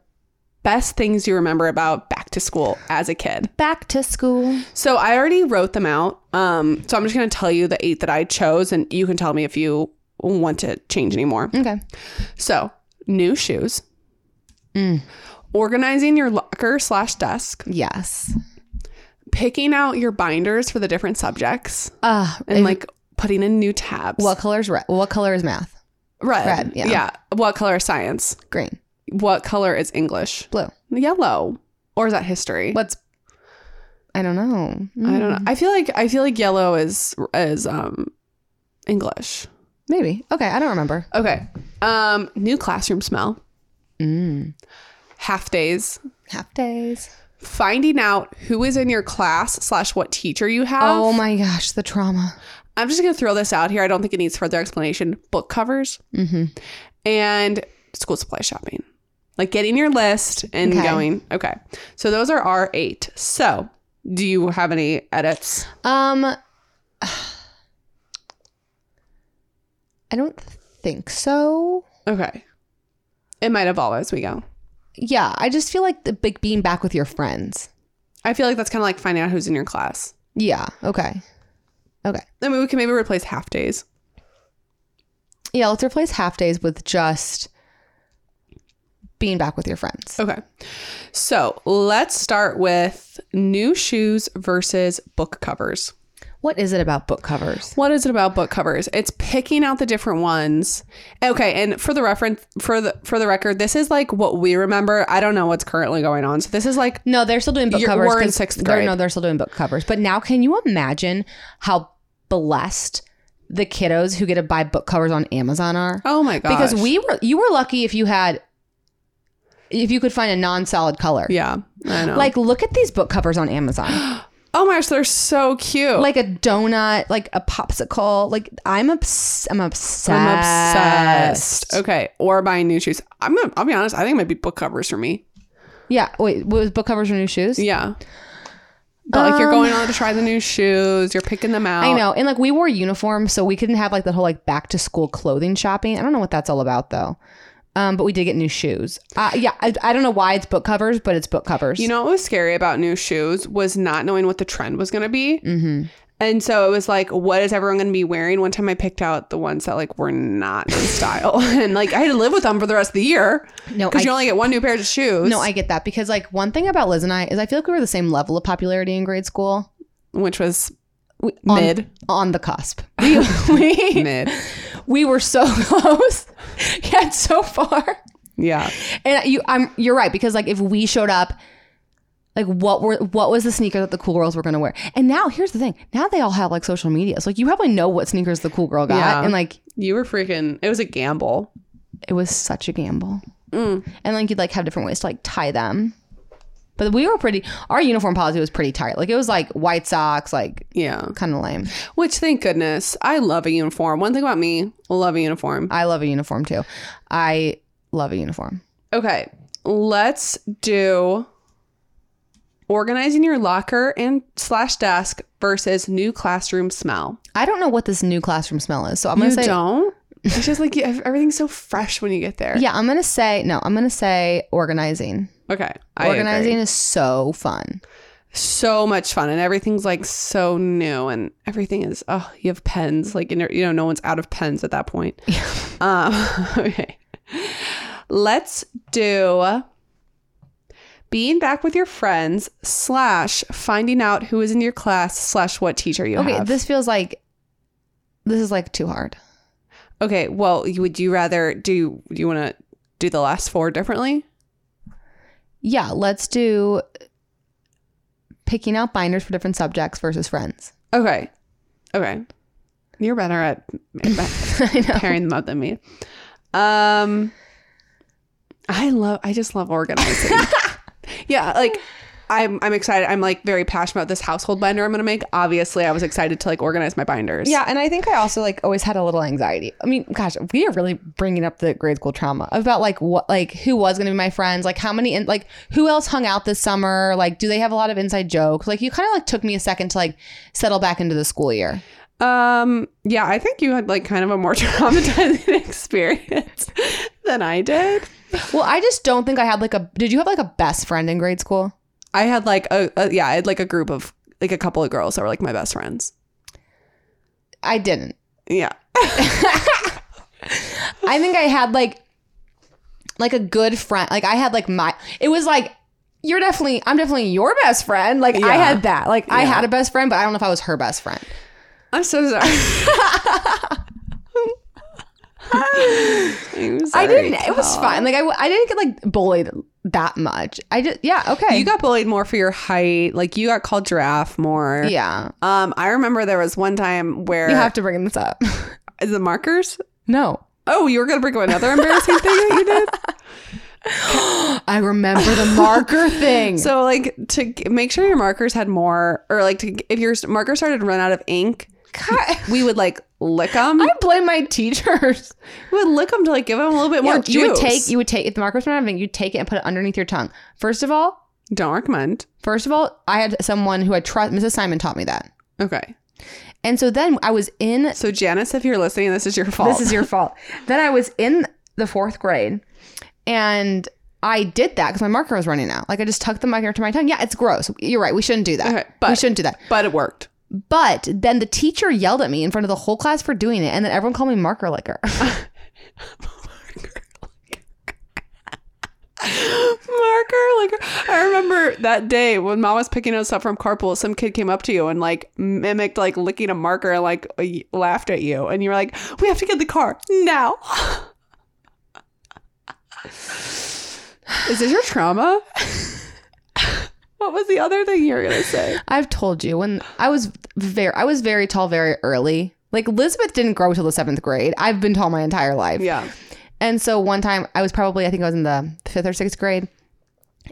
[SPEAKER 3] best things you remember about back to school as a kid.
[SPEAKER 2] Back to school.
[SPEAKER 3] So I already wrote them out. Um, so I'm just going to tell you the eight that I chose, and you can tell me if you want to change anymore.
[SPEAKER 2] Okay.
[SPEAKER 3] So, new shoes,
[SPEAKER 2] Mm.
[SPEAKER 3] organizing your locker slash desk,
[SPEAKER 2] Yes.
[SPEAKER 3] picking out your binders for the different subjects
[SPEAKER 2] Uh,
[SPEAKER 3] and like putting in new tabs.
[SPEAKER 2] what color's red? What color is math?
[SPEAKER 3] red?
[SPEAKER 2] red, yeah.
[SPEAKER 3] What color is science?
[SPEAKER 2] Green.
[SPEAKER 3] What color is English?
[SPEAKER 2] Blue.
[SPEAKER 3] Yellow. Or is that history?
[SPEAKER 2] What's I don't know.
[SPEAKER 3] I don't know. I feel like I feel like yellow is is um English.
[SPEAKER 2] Maybe. Okay, I don't remember.
[SPEAKER 3] Okay. Um new classroom smell.
[SPEAKER 2] Mm.
[SPEAKER 3] Half days.
[SPEAKER 2] Half days.
[SPEAKER 3] Finding out who is in your class slash what teacher you have.
[SPEAKER 2] Oh my gosh, the trauma.
[SPEAKER 3] I'm just gonna throw this out here. I don't think it needs further explanation. Book covers
[SPEAKER 2] Mhm.
[SPEAKER 3] and school supply shopping, like getting your list and
[SPEAKER 2] Okay.
[SPEAKER 3] going. Okay, so those are our eight. So, do you have any edits?
[SPEAKER 2] Um [SIGHS] I don't think so.
[SPEAKER 3] Okay, it might evolve as we go.
[SPEAKER 2] Yeah, I just feel like the big being back with your friends.
[SPEAKER 3] I feel like that's kind of like finding out who's in your class.
[SPEAKER 2] Yeah, okay. Okay.
[SPEAKER 3] I mean, we can maybe replace half days.
[SPEAKER 2] Yeah, let's replace half days with just being back with your friends.
[SPEAKER 3] Okay, so let's start with new shoes versus book covers.
[SPEAKER 2] What is it about book covers?
[SPEAKER 3] What is it about book covers? It's picking out the different ones. Okay, and for the reference for the for the record, this is like what we remember. I don't know what's currently going on. So this is like
[SPEAKER 2] No, they're still doing book
[SPEAKER 3] You're-
[SPEAKER 2] covers.
[SPEAKER 3] we're in
[SPEAKER 2] 'cause
[SPEAKER 3] sixth
[SPEAKER 2] they're-
[SPEAKER 3] grade.
[SPEAKER 2] No, they're still doing book covers. But now, can you imagine how blessed the kiddos who get to buy book covers on Amazon are?
[SPEAKER 3] oh my god.
[SPEAKER 2] because we were, you were lucky if you had, if you could find a non-solid color.
[SPEAKER 3] Yeah, I know.
[SPEAKER 2] Like,
[SPEAKER 3] Like
[SPEAKER 2] look at these book covers on Amazon.
[SPEAKER 3] [GASPS] oh my gosh, they're so cute.
[SPEAKER 2] like a donut, like a popsicle. Like I'm obs- I'm obsessed.
[SPEAKER 3] I'm obsessed. Okay, or buying new shoes. I'm gonna, I'll be honest. I think it might be book covers for me.
[SPEAKER 2] Yeah. Wait. What was book covers or new shoes?
[SPEAKER 3] Yeah, But like you're going on to try the new shoes, you're picking them out.
[SPEAKER 2] Um, I know. And like we wore uniforms, so we couldn't have like that whole like back to school clothing shopping. I don't know what that's all about though. Um, but we did get new shoes. Uh, yeah, I, I don't know why it's book covers, but it's book covers.
[SPEAKER 3] You know what was scary about new shoes was not knowing what the trend was going to be. Mm-hmm. And so it was like, what is everyone going to be wearing? One time I picked out the ones that like were not in
[SPEAKER 2] [LAUGHS]
[SPEAKER 3] style, [LAUGHS] and like I had to live with them for the rest of the year.
[SPEAKER 2] No,
[SPEAKER 3] because
[SPEAKER 2] I-
[SPEAKER 3] you only get one new pair of shoes.
[SPEAKER 2] no, I get that because like one thing about Liz and I is I feel like we were the same level of popularity in grade school.
[SPEAKER 3] which was
[SPEAKER 2] We- on-
[SPEAKER 3] Mid.
[SPEAKER 2] on the cusp. We, [LAUGHS] we, [LAUGHS]
[SPEAKER 3] mid.
[SPEAKER 2] we were so [LAUGHS] close yet so far.
[SPEAKER 3] Yeah,
[SPEAKER 2] And you, I'm, you're right because like if we showed up, like what were what was the sneaker that the cool girls were gonna wear? And now here's the thing: now they all have like social media, so like you probably know what sneakers the cool girl got,
[SPEAKER 3] Yeah.
[SPEAKER 2] and like
[SPEAKER 3] you were freaking. It was a gamble.
[SPEAKER 2] it was such a gamble.
[SPEAKER 3] Mm.
[SPEAKER 2] And like you'd like have different ways to like tie them. But we were pretty. Our uniform policy was pretty tight. Like it was like white socks, like
[SPEAKER 3] Yeah,
[SPEAKER 2] kind of lame.
[SPEAKER 3] which thank goodness I love a uniform. One thing about me, love a uniform.
[SPEAKER 2] I love a uniform too. I love a uniform.
[SPEAKER 3] Okay, let's do organizing your locker and slash desk versus new classroom smell.
[SPEAKER 2] I don't know what this new classroom smell is, so I'm gonna
[SPEAKER 3] you
[SPEAKER 2] say
[SPEAKER 3] don't. [LAUGHS] It's just like you, everything's so fresh when you get there.
[SPEAKER 2] Yeah, I'm gonna say no. I'm gonna say organizing.
[SPEAKER 3] Okay. I
[SPEAKER 2] Organizing
[SPEAKER 3] agree.
[SPEAKER 2] is so fun.
[SPEAKER 3] so much fun, and everything's like so new, and everything is oh, you have pens, like you know, you know, no one's out of pens at
[SPEAKER 2] [LAUGHS]
[SPEAKER 3] that point. um, [LAUGHS] okay. Let's do being back with your friends slash finding out who is in your class slash what teacher you
[SPEAKER 2] Okay,
[SPEAKER 3] have.
[SPEAKER 2] this feels like this is like too hard.
[SPEAKER 3] okay. Well, you- would you rather do? Do you want to do the last four differently?
[SPEAKER 2] Yeah, let's do picking out binders for different subjects versus friends.
[SPEAKER 3] Okay. Okay. You're better at, at pairing them up than me. Um I love I just love organizing. yeah, like I'm I'm excited. I'm like very passionate about this household binder I'm gonna make. Obviously, I was excited to like organize my binders.
[SPEAKER 2] Yeah, and I think I also like always had a little anxiety. I mean, gosh, we are really bringing up the grade school trauma about like what, like who was going to be my friends, like how many, and like who else hung out this summer, like do they have a lot of inside jokes? Like you kind of like took me a second to like settle back into the school year.
[SPEAKER 3] Um yeah, I think you had like kind of a more [LAUGHS] traumatizing experience than I did.
[SPEAKER 2] Well, I just don't think I had like a. Did you have like a best friend in grade school?
[SPEAKER 3] I had like a, a yeah, I had like a group of like a couple of girls that were like my best friends.
[SPEAKER 2] I didn't.
[SPEAKER 3] Yeah.
[SPEAKER 2] I think I had like like a good friend. Like I had like my it was like you're definitely I'm definitely your best friend. Like I
[SPEAKER 3] Yeah.
[SPEAKER 2] had that. Like I had a best friend, but I don't know if I was her best friend.
[SPEAKER 3] I'm so
[SPEAKER 2] [LAUGHS]
[SPEAKER 3] sorry. I'm sorry.
[SPEAKER 2] I didn't it was fine. Like I w- I didn't get like bullied that much. I just yeah, okay.
[SPEAKER 3] You got bullied more for your height. Like you got called giraffe more.
[SPEAKER 2] Yeah.
[SPEAKER 3] Um, I remember there was one time where
[SPEAKER 2] You have to bring this up. [LAUGHS]
[SPEAKER 3] the markers.
[SPEAKER 2] no.
[SPEAKER 3] Oh, you were gonna bring up another embarrassing thing that
[SPEAKER 2] [LAUGHS]
[SPEAKER 3] you did.
[SPEAKER 2] I remember the
[SPEAKER 3] [LAUGHS]
[SPEAKER 2] marker thing. [LAUGHS]
[SPEAKER 3] So like to g- make sure your markers had more, or like to, if your s- marker started to run out of ink, we would like lick them.
[SPEAKER 2] I blame my teachers.
[SPEAKER 3] We would lick them to like give them a little bit
[SPEAKER 2] Yeah,
[SPEAKER 3] more juice.
[SPEAKER 2] you would take you would take if the marker's not having, you'd take it and put it underneath your tongue. First of all,
[SPEAKER 3] Don't recommend.
[SPEAKER 2] First of all, I had someone who I trust. Mrs. Simon taught me that,
[SPEAKER 3] Okay.
[SPEAKER 2] and so then I was in.
[SPEAKER 3] So Janice, if you're listening, this is your fault.
[SPEAKER 2] This is your fault. Then I was in the fourth grade, and I did that because my marker was running out. Like I just tucked the marker to my tongue. Yeah, it's gross. You're right. We shouldn't do that.
[SPEAKER 3] Okay, but-
[SPEAKER 2] we shouldn't do that.
[SPEAKER 3] but it worked.
[SPEAKER 2] But then the teacher yelled at me in front of the whole class for doing it, and then everyone called me marker licker. [LAUGHS]
[SPEAKER 3] marker like i remember that day when mom was picking us up from carpool some kid came up to you and like mimicked like licking a marker and like y- laughed at you and you were like we have to get in the car now [LAUGHS] is this your trauma [LAUGHS] what was the other thing you were gonna say
[SPEAKER 2] I've told you when I was very I was very tall very early. Like Elizabeth didn't grow till the seventh grade. I've been tall my entire life.
[SPEAKER 3] yeah
[SPEAKER 2] And so one time I was probably, I think I was in the fifth or sixth grade,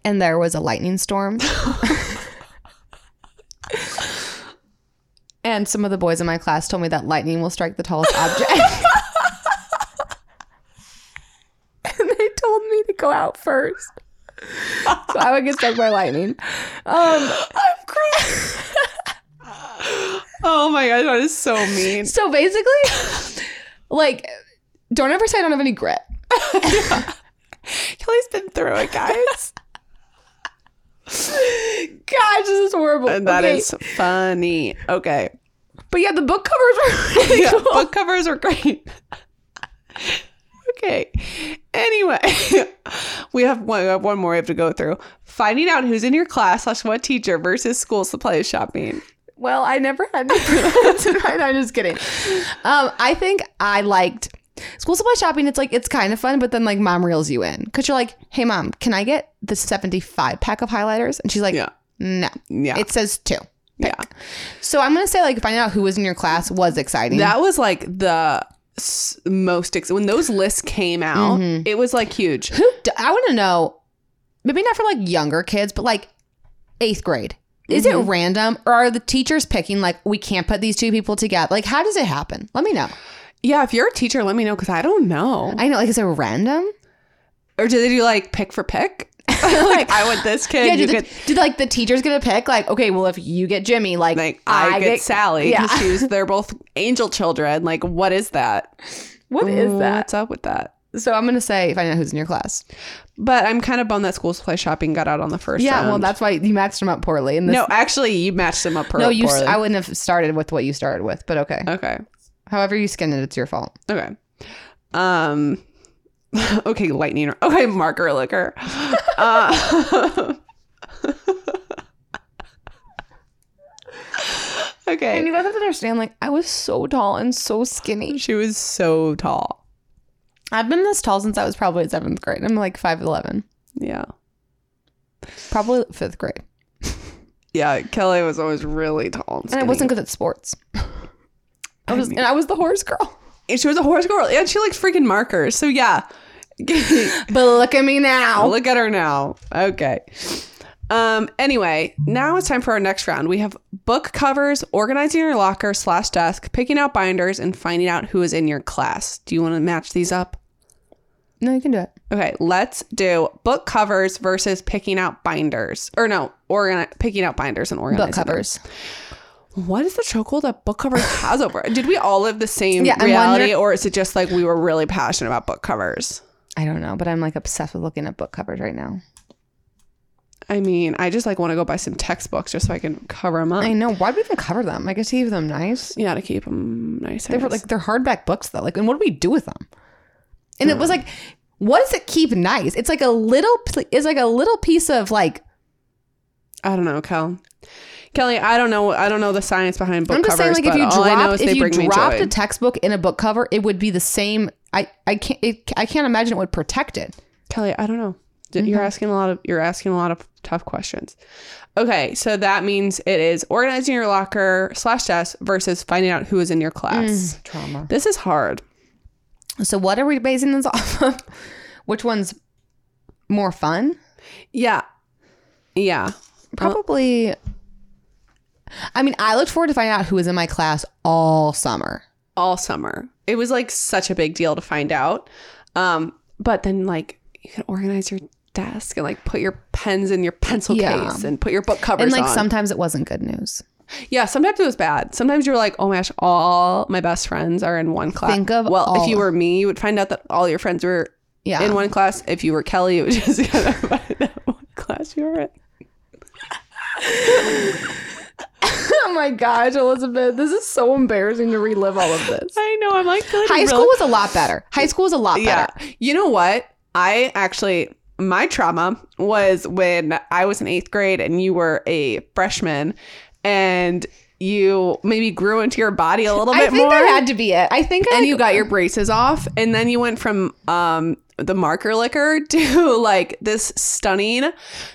[SPEAKER 2] and there was a lightning [LAUGHS] storm. and some of the boys in my class told me that lightning will strike the tallest object. [LAUGHS] and [LAUGHS] they told me to go out first. So I would get struck by lightning. Um,
[SPEAKER 3] i'm crying
[SPEAKER 2] [LAUGHS]
[SPEAKER 3] Oh my gosh, that is so mean.
[SPEAKER 2] So basically, like, don't ever say I don't have any grit.
[SPEAKER 3] Kelly's been through it, guys.
[SPEAKER 2] Gosh, this is horrible.
[SPEAKER 3] [LAUGHS] And that
[SPEAKER 2] Okay.
[SPEAKER 3] is funny. Okay.
[SPEAKER 2] [LAUGHS] But yeah, the book covers are
[SPEAKER 3] [LAUGHS] Yeah, book covers are great. okay. Anyway, [LAUGHS] we have one. We have one more we have to go through. Finding out who's in your class slash what teacher versus school supply shopping.
[SPEAKER 2] Well, I never
[SPEAKER 3] [LAUGHS]
[SPEAKER 2] had any friends tonight. I'm just kidding. Um, I think I liked school supply shopping. It's like it's kind of fun, but then like mom reels you in because you're like, "Hey, mom, can I get the 75 pack of highlighters?" And she's like,
[SPEAKER 3] Yeah.
[SPEAKER 2] "No,
[SPEAKER 3] Yeah.
[SPEAKER 2] it says two.
[SPEAKER 3] yeah.
[SPEAKER 2] So I'm gonna say like finding out who was in your class was exciting.
[SPEAKER 3] That was like the s- most ex- when those lists came out. It was like huge.
[SPEAKER 2] Mm-hmm. who d- I want to know. Maybe not for like younger kids, but like eighth grade. Is
[SPEAKER 3] Mm-hmm.
[SPEAKER 2] it random or are the teachers picking like we can't put these two people together? Like how does it happen? Let me know.
[SPEAKER 3] Yeah. If you're a teacher, let me know because I don't know.
[SPEAKER 2] I know like is it random?
[SPEAKER 3] Or do they do like pick for pick? [LAUGHS] like I want this kid.
[SPEAKER 2] Yeah, do,
[SPEAKER 3] you
[SPEAKER 2] the,
[SPEAKER 3] get-
[SPEAKER 2] do like the teachers get a pick? Like, okay, well, if you get Jimmy, like,
[SPEAKER 3] like I, get, Sally
[SPEAKER 2] Yeah.
[SPEAKER 3] because
[SPEAKER 2] [LAUGHS]
[SPEAKER 3] she was they're both angel children. Like what is that?
[SPEAKER 2] What is that?
[SPEAKER 3] What's up with that?
[SPEAKER 2] So I'm gonna say find out who's in your class.
[SPEAKER 3] But I'm kind of bummed that school supply shopping got out on the first.
[SPEAKER 2] Yeah, well,
[SPEAKER 3] round.
[SPEAKER 2] that's why you matched them up poorly. And this,
[SPEAKER 3] no. Actually, you matched them up.
[SPEAKER 2] no, you. s-
[SPEAKER 3] poorly.
[SPEAKER 2] I wouldn't have started with what you started with, but okay.
[SPEAKER 3] okay.
[SPEAKER 2] However you skinned it, it's your fault.
[SPEAKER 3] Okay. Um. [LAUGHS] Okay, lightning. or- Okay, marker liquor.
[SPEAKER 2] [LAUGHS]
[SPEAKER 3] uh, [LAUGHS] okay.
[SPEAKER 2] And you guys have to understand, like, I was so tall and so skinny.
[SPEAKER 3] she was so tall.
[SPEAKER 2] I've been this tall since I was probably in seventh grade. I'm like five eleven,
[SPEAKER 3] Yeah.
[SPEAKER 2] probably fifth grade,
[SPEAKER 3] Yeah. Kelly was always really tall.
[SPEAKER 2] and I
[SPEAKER 3] skinny.
[SPEAKER 2] wasn't good at [LAUGHS] sports. I was, and I was the horse girl.
[SPEAKER 3] And she was a horse girl and she likes freaking markers.
[SPEAKER 2] [LAUGHS]
[SPEAKER 3] So yeah. [LAUGHS]
[SPEAKER 2] But look at me now.
[SPEAKER 3] Look at her now. Okay. Um, anyway, now it's time for our next round. We have book covers, organizing your locker slash desk, picking out binders, and finding out who is in your class. Do you want to match these up?
[SPEAKER 2] No, you can do it.
[SPEAKER 3] Okay, let's do book covers versus picking out binders. Or no, organi- picking out binders and organizing.
[SPEAKER 2] Book
[SPEAKER 3] them.
[SPEAKER 2] covers.
[SPEAKER 3] What is the chokehold that book covers
[SPEAKER 2] [LAUGHS]
[SPEAKER 3] has over? it? Did we all live the same
[SPEAKER 2] Yeah, I'm
[SPEAKER 3] reality,
[SPEAKER 2] wondering-
[SPEAKER 3] or is it just like we were really passionate about book covers?
[SPEAKER 2] I don't know, but I'm like obsessed with looking at book covers right now.
[SPEAKER 3] I mean, I just like want to go buy some textbooks just so I can cover them up.
[SPEAKER 2] I know. Why do we even cover them? I guess to keep them nice.
[SPEAKER 3] Yeah, to keep them nice. I
[SPEAKER 2] They were
[SPEAKER 3] guess.
[SPEAKER 2] like they're hardback books though. Like, and what do we do with them? And it was like, what does it keep nice? It's like a little. pl- It's like a little piece of like.
[SPEAKER 3] I don't know, Kel. Kelly, I don't know. I don't know the science behind book
[SPEAKER 2] I'm just saying,
[SPEAKER 3] covers.
[SPEAKER 2] like if
[SPEAKER 3] but
[SPEAKER 2] you
[SPEAKER 3] all I know
[SPEAKER 2] dropped
[SPEAKER 3] is
[SPEAKER 2] if
[SPEAKER 3] they
[SPEAKER 2] you
[SPEAKER 3] bring me
[SPEAKER 2] dropped
[SPEAKER 3] joy.
[SPEAKER 2] a textbook in a book cover, it would be the same. I I can't it, I can't imagine it would protect it.
[SPEAKER 3] Kelly, I don't know. D- You're
[SPEAKER 2] Mm-hmm.
[SPEAKER 3] asking a lot of you're asking a lot of tough questions. Okay, so that means it is organizing your locker slash desk versus finding out who is in your
[SPEAKER 2] Mm.
[SPEAKER 3] class.
[SPEAKER 2] Trauma.
[SPEAKER 3] This is hard.
[SPEAKER 2] So what are we basing this [LAUGHS] off of? Which one's more fun?
[SPEAKER 3] Yeah, yeah.
[SPEAKER 2] Probably. I mean, I looked forward to finding out who was in my class all summer.
[SPEAKER 3] All summer, it was like such a big deal to find out. Um, but then like you can organize your desk and like put your pens in your pencil
[SPEAKER 2] Yeah.
[SPEAKER 3] case and put your book covers
[SPEAKER 2] And like
[SPEAKER 3] on.
[SPEAKER 2] sometimes it wasn't good news.
[SPEAKER 3] Yeah, sometimes it was bad. Sometimes you're like, oh my gosh, all my best friends are in one class.
[SPEAKER 2] Think of
[SPEAKER 3] well, if
[SPEAKER 2] all-
[SPEAKER 3] you were me, you would find out that all your friends were
[SPEAKER 2] Yeah. [LAUGHS]
[SPEAKER 3] in one class. If you were Kelly, it was just [LAUGHS] kind of find out what class you were in.
[SPEAKER 2] oh my gosh, Elizabeth, this is so embarrassing to relive all of this.
[SPEAKER 3] [LAUGHS] I know. I'm like, Kelly,
[SPEAKER 2] High
[SPEAKER 3] really-
[SPEAKER 2] school was a lot better. High school was a lot
[SPEAKER 3] Yeah,
[SPEAKER 2] better.
[SPEAKER 3] you know what? I actually my trauma was when I was in eighth grade and you were a freshman, and you maybe grew into your body a little
[SPEAKER 2] I
[SPEAKER 3] bit
[SPEAKER 2] think
[SPEAKER 3] more.
[SPEAKER 2] that had to be it. I think I
[SPEAKER 3] and you got your braces off and then you went from um the marker liquor [LAUGHS] to like this stunning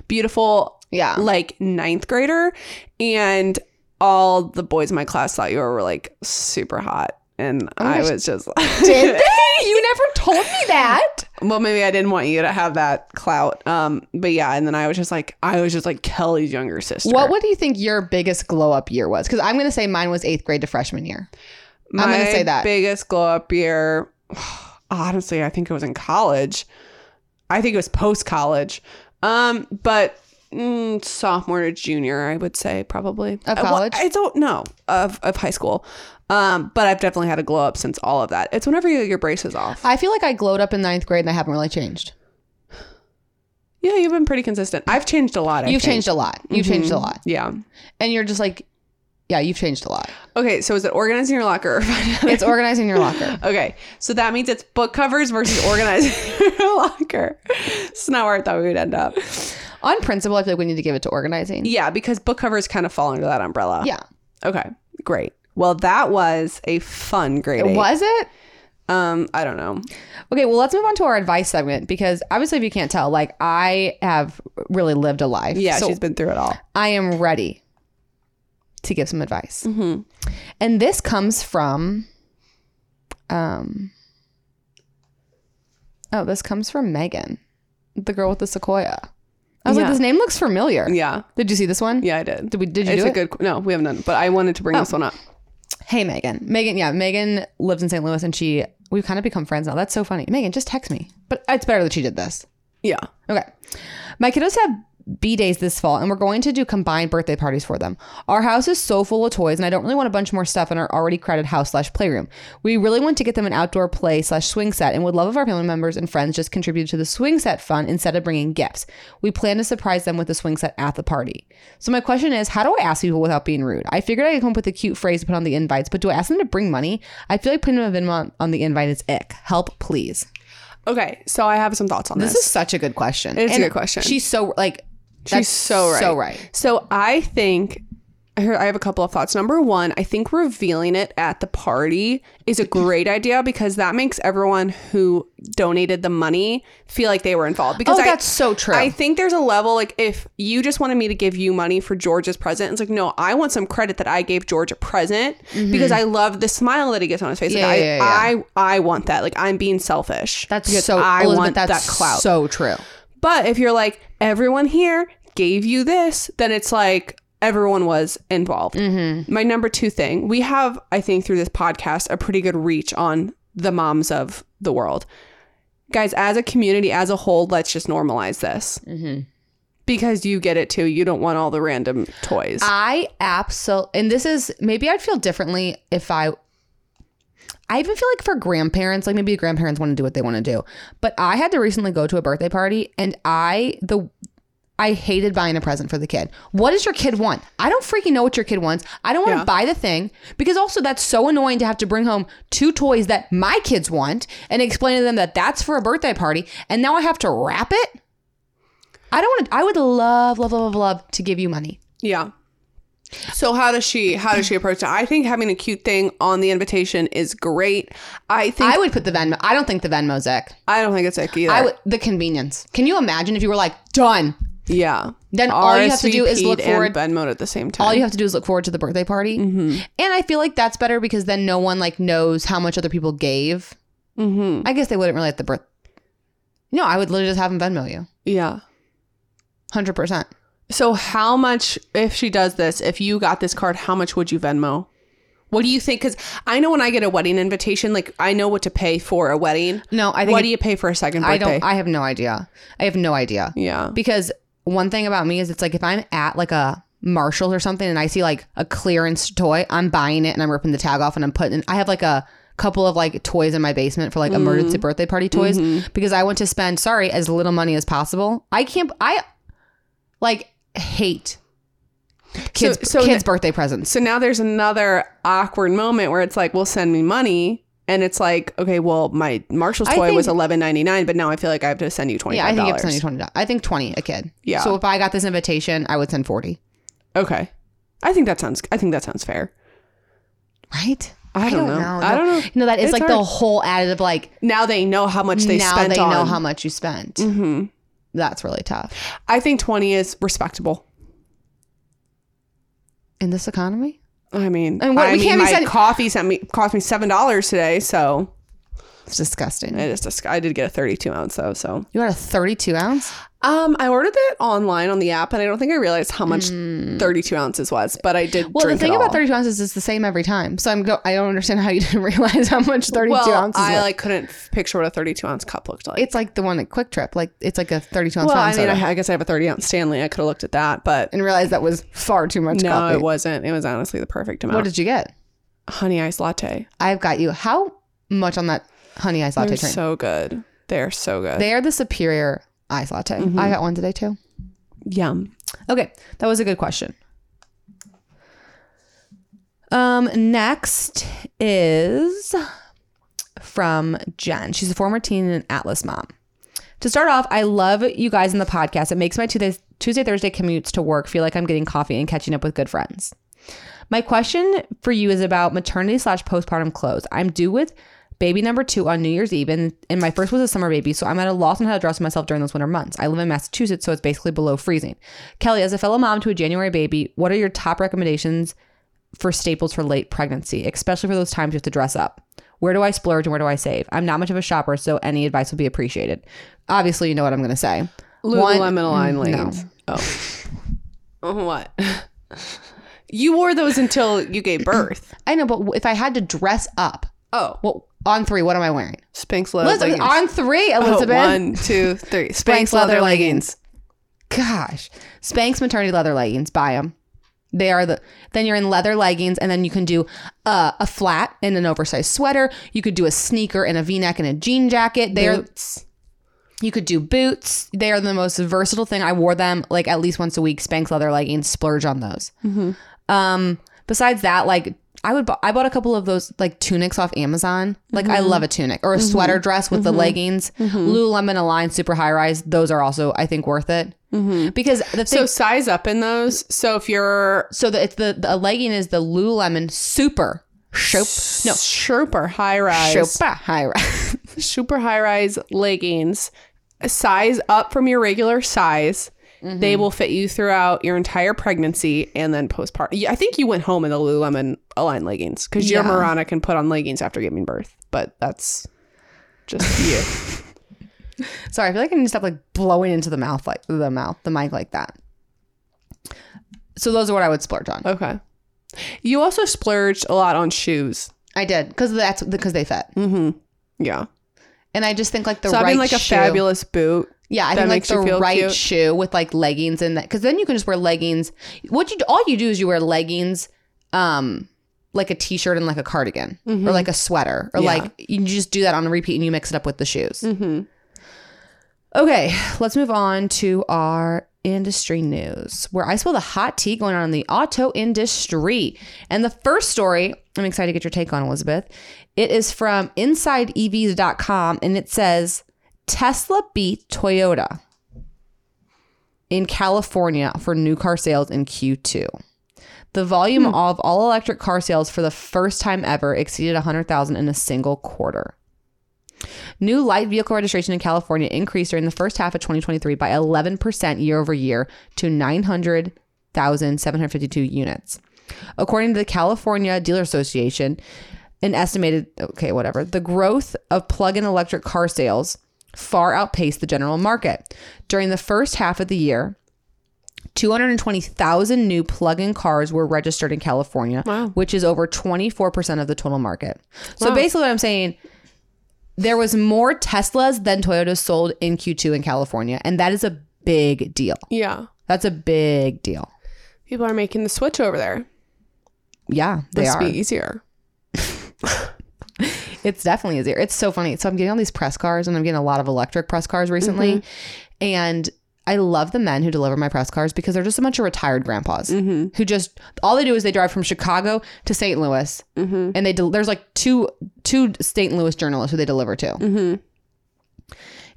[SPEAKER 3] beautiful
[SPEAKER 2] Yeah.
[SPEAKER 3] like ninth grader and all the boys in my class thought you were like super hot and i was just
[SPEAKER 2] Oh
[SPEAKER 3] [LAUGHS]
[SPEAKER 2] did [LAUGHS] they? You never told me that.
[SPEAKER 3] well maybe i didn't want you to have that clout um but yeah and then i was just like i was just like kelly's younger sister
[SPEAKER 2] What would you think your biggest glow up year was? Because I'm gonna say mine was eighth grade to freshman year.
[SPEAKER 3] my
[SPEAKER 2] gonna say that.
[SPEAKER 3] biggest glow up year [SIGHS] honestly i think it was in college i think it was post college um but mm, sophomore to junior, I would say probably
[SPEAKER 2] Of
[SPEAKER 3] Uh, well,
[SPEAKER 2] college?
[SPEAKER 3] I don't know of of high school, um, but I've definitely had a glow up since all of that. It's whenever you get your braces off.
[SPEAKER 2] I feel like I glowed up in ninth grade and I haven't really changed.
[SPEAKER 3] yeah, you've been pretty consistent. I've changed a lot. I
[SPEAKER 2] you've
[SPEAKER 3] think.
[SPEAKER 2] changed a lot. You've changed a
[SPEAKER 3] Mhm.
[SPEAKER 2] lot.
[SPEAKER 3] Yeah.
[SPEAKER 2] And you're just like, yeah, you've changed a lot.
[SPEAKER 3] Okay, so is it organizing your locker? Or [LAUGHS]
[SPEAKER 2] It's organizing your locker.
[SPEAKER 3] Okay, so that means it's book covers versus organizing your [LAUGHS] locker. It's not where I thought we would end up.
[SPEAKER 2] On principle, I feel like we need to give it to organizing.
[SPEAKER 3] Yeah, because book covers kind of fall under that umbrella.
[SPEAKER 2] Yeah.
[SPEAKER 3] Okay, great. Well, that was a fun grade. eight.
[SPEAKER 2] Was it?
[SPEAKER 3] Um, I don't know.
[SPEAKER 2] Okay, well, let's move on to our advice segment because obviously, if you can't tell, like I have really lived a life.
[SPEAKER 3] Yeah,
[SPEAKER 2] so
[SPEAKER 3] she's been through it all.
[SPEAKER 2] I am ready to give some advice.
[SPEAKER 3] Mm-hmm.
[SPEAKER 2] And this comes from, um, oh, this comes from Megan, the girl with the sequoia. I was
[SPEAKER 3] Yeah.
[SPEAKER 2] like, this name looks familiar.
[SPEAKER 3] Yeah,
[SPEAKER 2] Did you see this one?
[SPEAKER 3] yeah, I did.
[SPEAKER 2] Did we? Did you
[SPEAKER 3] it's
[SPEAKER 2] do it?
[SPEAKER 3] a
[SPEAKER 2] Oh.
[SPEAKER 3] good. qu- No, we haven't done. it, But I wanted to bring this one up.
[SPEAKER 2] hey, Megan. Megan. Yeah, Megan lives in St. Louis, and she. We've kind of become friends now. That's so funny. Megan, just text me. But it's better that she did this.
[SPEAKER 3] Yeah.
[SPEAKER 2] Okay. My kiddos have B days this fall, and we're going to do combined birthday parties for them. Our house is so full of toys, and I don't really want a bunch more stuff in our already crowded house slash playroom. We really want to get them an outdoor play slash swing set, and would love if our family members and friends just contributed to the swing set fun instead of bringing gifts. We plan to surprise them with the swing set at the party. So my question is, how do I ask people without being rude? I figured I could come up with a cute phrase to put on the invites, but do I ask them to bring money? I feel like putting a minimum on, on the invite is ick. Help, please.
[SPEAKER 3] Okay, so I have some thoughts on this.
[SPEAKER 2] This is such a good question.
[SPEAKER 3] It's a
[SPEAKER 2] And
[SPEAKER 3] good question.
[SPEAKER 2] She's so like
[SPEAKER 3] She's so right.
[SPEAKER 2] So right.
[SPEAKER 3] So I think I heard- I have a couple of thoughts. Number one, I think revealing it at the party is a great [LAUGHS] idea because that makes everyone who donated the money feel like they were involved. Because
[SPEAKER 2] Oh,
[SPEAKER 3] I-
[SPEAKER 2] that's so true.
[SPEAKER 3] I think there's a level like if you just wanted me to give you money for George's present, it's like no, I want some credit that I gave George a present because I love the smile that he gets on his face.
[SPEAKER 2] Mm-hmm. Yeah,
[SPEAKER 3] like
[SPEAKER 2] yeah,
[SPEAKER 3] I,
[SPEAKER 2] yeah.
[SPEAKER 3] I I want that. Like I'm being selfish.
[SPEAKER 2] That's
[SPEAKER 3] because
[SPEAKER 2] so
[SPEAKER 3] I
[SPEAKER 2] Elizabeth,
[SPEAKER 3] want
[SPEAKER 2] that's
[SPEAKER 3] that clout.
[SPEAKER 2] So true.
[SPEAKER 3] But if you're like, everyone here gave you this, then it's like everyone was involved.
[SPEAKER 2] Mm-hmm.
[SPEAKER 3] My number two thing we have, I think, through this podcast, a pretty good reach on the moms of the world. Guys, as a community, as a whole, let's just normalize this
[SPEAKER 2] Mm-hmm.
[SPEAKER 3] because you get it too. You don't want all the random toys.
[SPEAKER 2] I absolutely, and this is maybe I'd feel differently if I. I even feel like for grandparents, like maybe grandparents want to do what they want to do, but I had to recently go to a birthday party, and I the. I hated buying a present for the kid. What does your kid want? I don't freaking know what your kid wants. I don't want to
[SPEAKER 3] Yeah.
[SPEAKER 2] buy the thing because also that's so annoying to have to bring home two toys that my kids want and explain to them that that's for a birthday party and now I have to wrap it. I don't want to. I would love, love, love, love, love to give you money.
[SPEAKER 3] yeah. So how does she how does she approach it? I think having a cute thing on the invitation is great. I think
[SPEAKER 2] I
[SPEAKER 3] I,
[SPEAKER 2] would put the Venmo. I don't think the Venmo's ick.
[SPEAKER 3] don't think it's ick either.
[SPEAKER 2] I would the convenience. Can you imagine if you were like done?
[SPEAKER 3] Yeah.
[SPEAKER 2] Then all you have to do is look
[SPEAKER 3] RSVP'd
[SPEAKER 2] forward-
[SPEAKER 3] and Venmo at the same time.
[SPEAKER 2] All you have to do is look forward to the birthday party,
[SPEAKER 3] Mm-hmm.
[SPEAKER 2] and I feel like that's better because then no one like knows how much other people gave.
[SPEAKER 3] Mm-hmm.
[SPEAKER 2] I guess they wouldn't really at the birth. No, I would literally just have them Venmo you,
[SPEAKER 3] Yeah.
[SPEAKER 2] hundred percent.
[SPEAKER 3] So how much if she does this? If you got this card, how much would you Venmo? What do you think? Because I know when I get a wedding invitation, like I know what to pay for a wedding.
[SPEAKER 2] No, I think
[SPEAKER 3] what
[SPEAKER 2] it-
[SPEAKER 3] do you pay for a second birthday?
[SPEAKER 2] I don't. I have no idea. I have no idea.
[SPEAKER 3] yeah.
[SPEAKER 2] Because one thing about me is it's like if I'm at like a Marshalls or something and I see like a clearance toy, I'm buying it and I'm ripping the tag off and I'm putting I have like a couple of like toys in my basement for like
[SPEAKER 3] Mm-hmm.
[SPEAKER 2] emergency birthday party toys because I want to spend sorry as little money as possible. I can't I like hate kids
[SPEAKER 3] so
[SPEAKER 2] kids birthday presents.
[SPEAKER 3] So now there's another awkward moment where it's like, well, send me money. And it's like, okay, well, my Marshall's
[SPEAKER 2] I
[SPEAKER 3] toy was
[SPEAKER 2] think-
[SPEAKER 3] eleven ninety nine, but now I feel like I have to send you twenty
[SPEAKER 2] Yeah, I
[SPEAKER 3] five
[SPEAKER 2] think it's
[SPEAKER 3] dollars.
[SPEAKER 2] only twenty dollars. I think twenty a kid.
[SPEAKER 3] Yeah.
[SPEAKER 2] So if I got this invitation, I would send forty.
[SPEAKER 3] okay, I think that sounds. I think that sounds fair.
[SPEAKER 2] Right?
[SPEAKER 3] I don't know. I
[SPEAKER 2] That-
[SPEAKER 3] don't know.
[SPEAKER 2] No, that is
[SPEAKER 3] It's
[SPEAKER 2] like the
[SPEAKER 3] hard.
[SPEAKER 2] whole added of like
[SPEAKER 3] now they know how much they
[SPEAKER 2] now
[SPEAKER 3] spent
[SPEAKER 2] they Mm-hmm.
[SPEAKER 3] on.
[SPEAKER 2] know how much you spent.
[SPEAKER 3] Mhm.
[SPEAKER 2] That's really tough
[SPEAKER 3] I think twenty is respectable.
[SPEAKER 2] in this economy.
[SPEAKER 3] I mean,
[SPEAKER 2] And what-
[SPEAKER 3] I
[SPEAKER 2] we
[SPEAKER 3] mean,
[SPEAKER 2] can't be
[SPEAKER 3] my
[SPEAKER 2] sending-
[SPEAKER 3] coffee sent me cost me seven dollars today, so
[SPEAKER 2] It's disgusting.
[SPEAKER 3] It is disg- I did get a 32 ounce though, so
[SPEAKER 2] you got a 32 ounce?
[SPEAKER 3] um, I ordered it online on the app, and I don't think I realized how much 32 ounces was, but I did.
[SPEAKER 2] Well,
[SPEAKER 3] drink
[SPEAKER 2] the thing
[SPEAKER 3] it
[SPEAKER 2] about
[SPEAKER 3] all.
[SPEAKER 2] 32 ounces is it's the same every time. So I'm go. I don't understand how you [LAUGHS] didn't realize how much 32
[SPEAKER 3] well,
[SPEAKER 2] ounces.
[SPEAKER 3] I
[SPEAKER 2] was.
[SPEAKER 3] like couldn't f- picture what a 32 ounce cup looked like.
[SPEAKER 2] it's like the one at Quick Trip. Like it's like a 32 ounce.
[SPEAKER 3] well, I
[SPEAKER 2] fountain
[SPEAKER 3] mean,
[SPEAKER 2] soda.
[SPEAKER 3] I, I guess I have a 30 ounce Stanley. I could have looked at that, but
[SPEAKER 2] and realized that was far too much.
[SPEAKER 3] no,
[SPEAKER 2] coffee.
[SPEAKER 3] it wasn't. It was honestly the perfect amount.
[SPEAKER 2] What did you get?
[SPEAKER 3] honey iced latte?
[SPEAKER 2] I've got you. How much on that honey iced latte
[SPEAKER 3] They're
[SPEAKER 2] train?
[SPEAKER 3] so good. They're so good.
[SPEAKER 2] they are the superior iced latte.
[SPEAKER 3] Mm-hmm.
[SPEAKER 2] I got one today too.
[SPEAKER 3] Yum.
[SPEAKER 2] Okay, that was a good question. Um, next is from Jen. She's a former teen and an Atlas mom. To start off, I love you guys in the podcast. It makes my Tuesday, Tuesday Thursday commutes to work feel like I'm getting coffee and catching up with good friends. My question for you is about maternity slash postpartum clothes. I'm due with baby number two on New Year's Eve, and, and my first was a summer baby, so I'm at a loss on how to dress myself during those winter months. I live in Massachusetts, so it's basically below freezing. Kelly, as a fellow mom to a January baby, what are your top recommendations for staples for late pregnancy, especially for those times you have to dress up? Where do I splurge and where do I save? I'm not much of a shopper, so any advice would be appreciated. Obviously, you know what I'm going to say.
[SPEAKER 3] Lululemon Align lanes. Mm, [LAUGHS] Oh. what? You wore those until you [CLEARS THROAT] gave birth.
[SPEAKER 2] I know, but if I had to dress up,
[SPEAKER 3] Oh,
[SPEAKER 2] well, on three, what am I wearing?
[SPEAKER 3] Spanx leather
[SPEAKER 2] Elizabeth,
[SPEAKER 3] leggings.
[SPEAKER 2] on three, Elizabeth.
[SPEAKER 3] Oh, one, two, three. Spanx leather leggings.
[SPEAKER 2] gosh spanx maternity leather leggings buy them they are the then you're in leather leggings and then you can do uh, a flat and an oversized sweater you could do a sneaker and a v-neck and a jean jacket they are
[SPEAKER 3] Boots.
[SPEAKER 2] you could do boots they are the most versatile thing i wore them like at least once a week spanx leather leggings splurge on those um besides that like I would bu- I bought a couple of those like tunics off Amazon. Like I love a tunic or a sweater dress with the leggings. Lululemon Align super high rise. Those are also I think worth it because the thing
[SPEAKER 3] So size up in those. So if you're
[SPEAKER 2] so the, it's the the legging is the Lululemon super shope no
[SPEAKER 3] super high rise,
[SPEAKER 2] shopa high rise.
[SPEAKER 3] super high rise leggings, size up from your regular size. They will fit you throughout your entire pregnancy and then postpartum. I think you went home in the Lululemon Align leggings because your Marana can put on leggings after giving birth, but that's just [LAUGHS] you.
[SPEAKER 2] Sorry, I feel like I need to stop like blowing into the mouth like the mouth the mic like that. So those are what I would splurge on.
[SPEAKER 3] Okay. You also splurged a lot on shoes.
[SPEAKER 2] I did because that's because they fit,
[SPEAKER 3] Yeah.
[SPEAKER 2] and I just think like the
[SPEAKER 3] So
[SPEAKER 2] right
[SPEAKER 3] I mean, like a
[SPEAKER 2] shoe-
[SPEAKER 3] fabulous boot.
[SPEAKER 2] Yeah, I
[SPEAKER 3] That
[SPEAKER 2] think like
[SPEAKER 3] makes you
[SPEAKER 2] the
[SPEAKER 3] feel
[SPEAKER 2] right
[SPEAKER 3] cute.
[SPEAKER 2] shoe with like leggings and that because then you can just wear leggings. What you all you do is you wear leggings, um, like a t-shirt and like a cardigan or like a sweater or like you just do that on a repeat and you mix it up with the shoes. Okay, let's move on to our industry news where I spill the hot tea going on in the auto industry. And the first story, I'm excited to get your take on, Elizabeth. It is from insideevs.com and it says Tesla beat Toyota in California for new car sales in Q2. The volume of all electric car sales for the first time ever exceeded 100,000 in a single quarter. New light vehicle registration in California increased during the first half of 2023 by 11% year over year to 900,752 units. According to the California Dealer Association, an estimated, okay, whatever, the growth of plug in electric car sales far outpaced the general market. During the first half of the year, 220,000 new plug in cars were registered in California, which is over 24% of the total market. So basically, what I'm saying there was more Teslas than Toyotas sold in Q2 in California, and that is a big deal.
[SPEAKER 3] Yeah.
[SPEAKER 2] That's a big deal.
[SPEAKER 3] People are making the switch over there.
[SPEAKER 2] Yeah, they
[SPEAKER 3] Must
[SPEAKER 2] are.
[SPEAKER 3] be easier.
[SPEAKER 2] It's definitely easier. It's so funny. So I'm getting all these press cars, and I'm getting a lot of electric press cars recently, and. I love the men who deliver my press cars because they're just a bunch of retired grandpas who just all they do is they drive from Chicago to St. Louis, and they del there's like two two St. Louis journalists who they deliver to,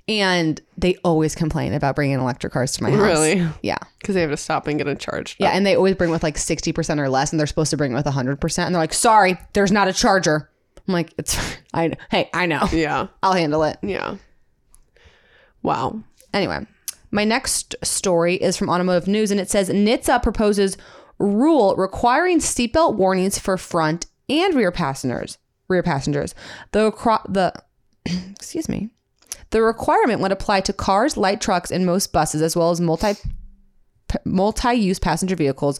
[SPEAKER 2] and they always complain about bringing electric cars to my house.
[SPEAKER 3] Really?
[SPEAKER 2] Yeah.
[SPEAKER 3] Because they have to stop and get a charge.
[SPEAKER 2] Yeah, and they always bring with like 60% or less, and they're supposed to bring with 100%. And they're like, sorry, there's not a charger. I'm like, it's [LAUGHS] fine. I know. Hey, I know.
[SPEAKER 3] Yeah.
[SPEAKER 2] I'll handle it.
[SPEAKER 3] Yeah. Wow.
[SPEAKER 2] Anyway, my next story is from Automotive News, and it says NHTSA proposes rule requiring seatbelt warnings for front and rear passengers. Rear passengers. The, [CLEARS THROAT] acro- the excuse me. The requirement would apply to cars, light trucks, and most buses, as well as multi multi-use passenger vehicles.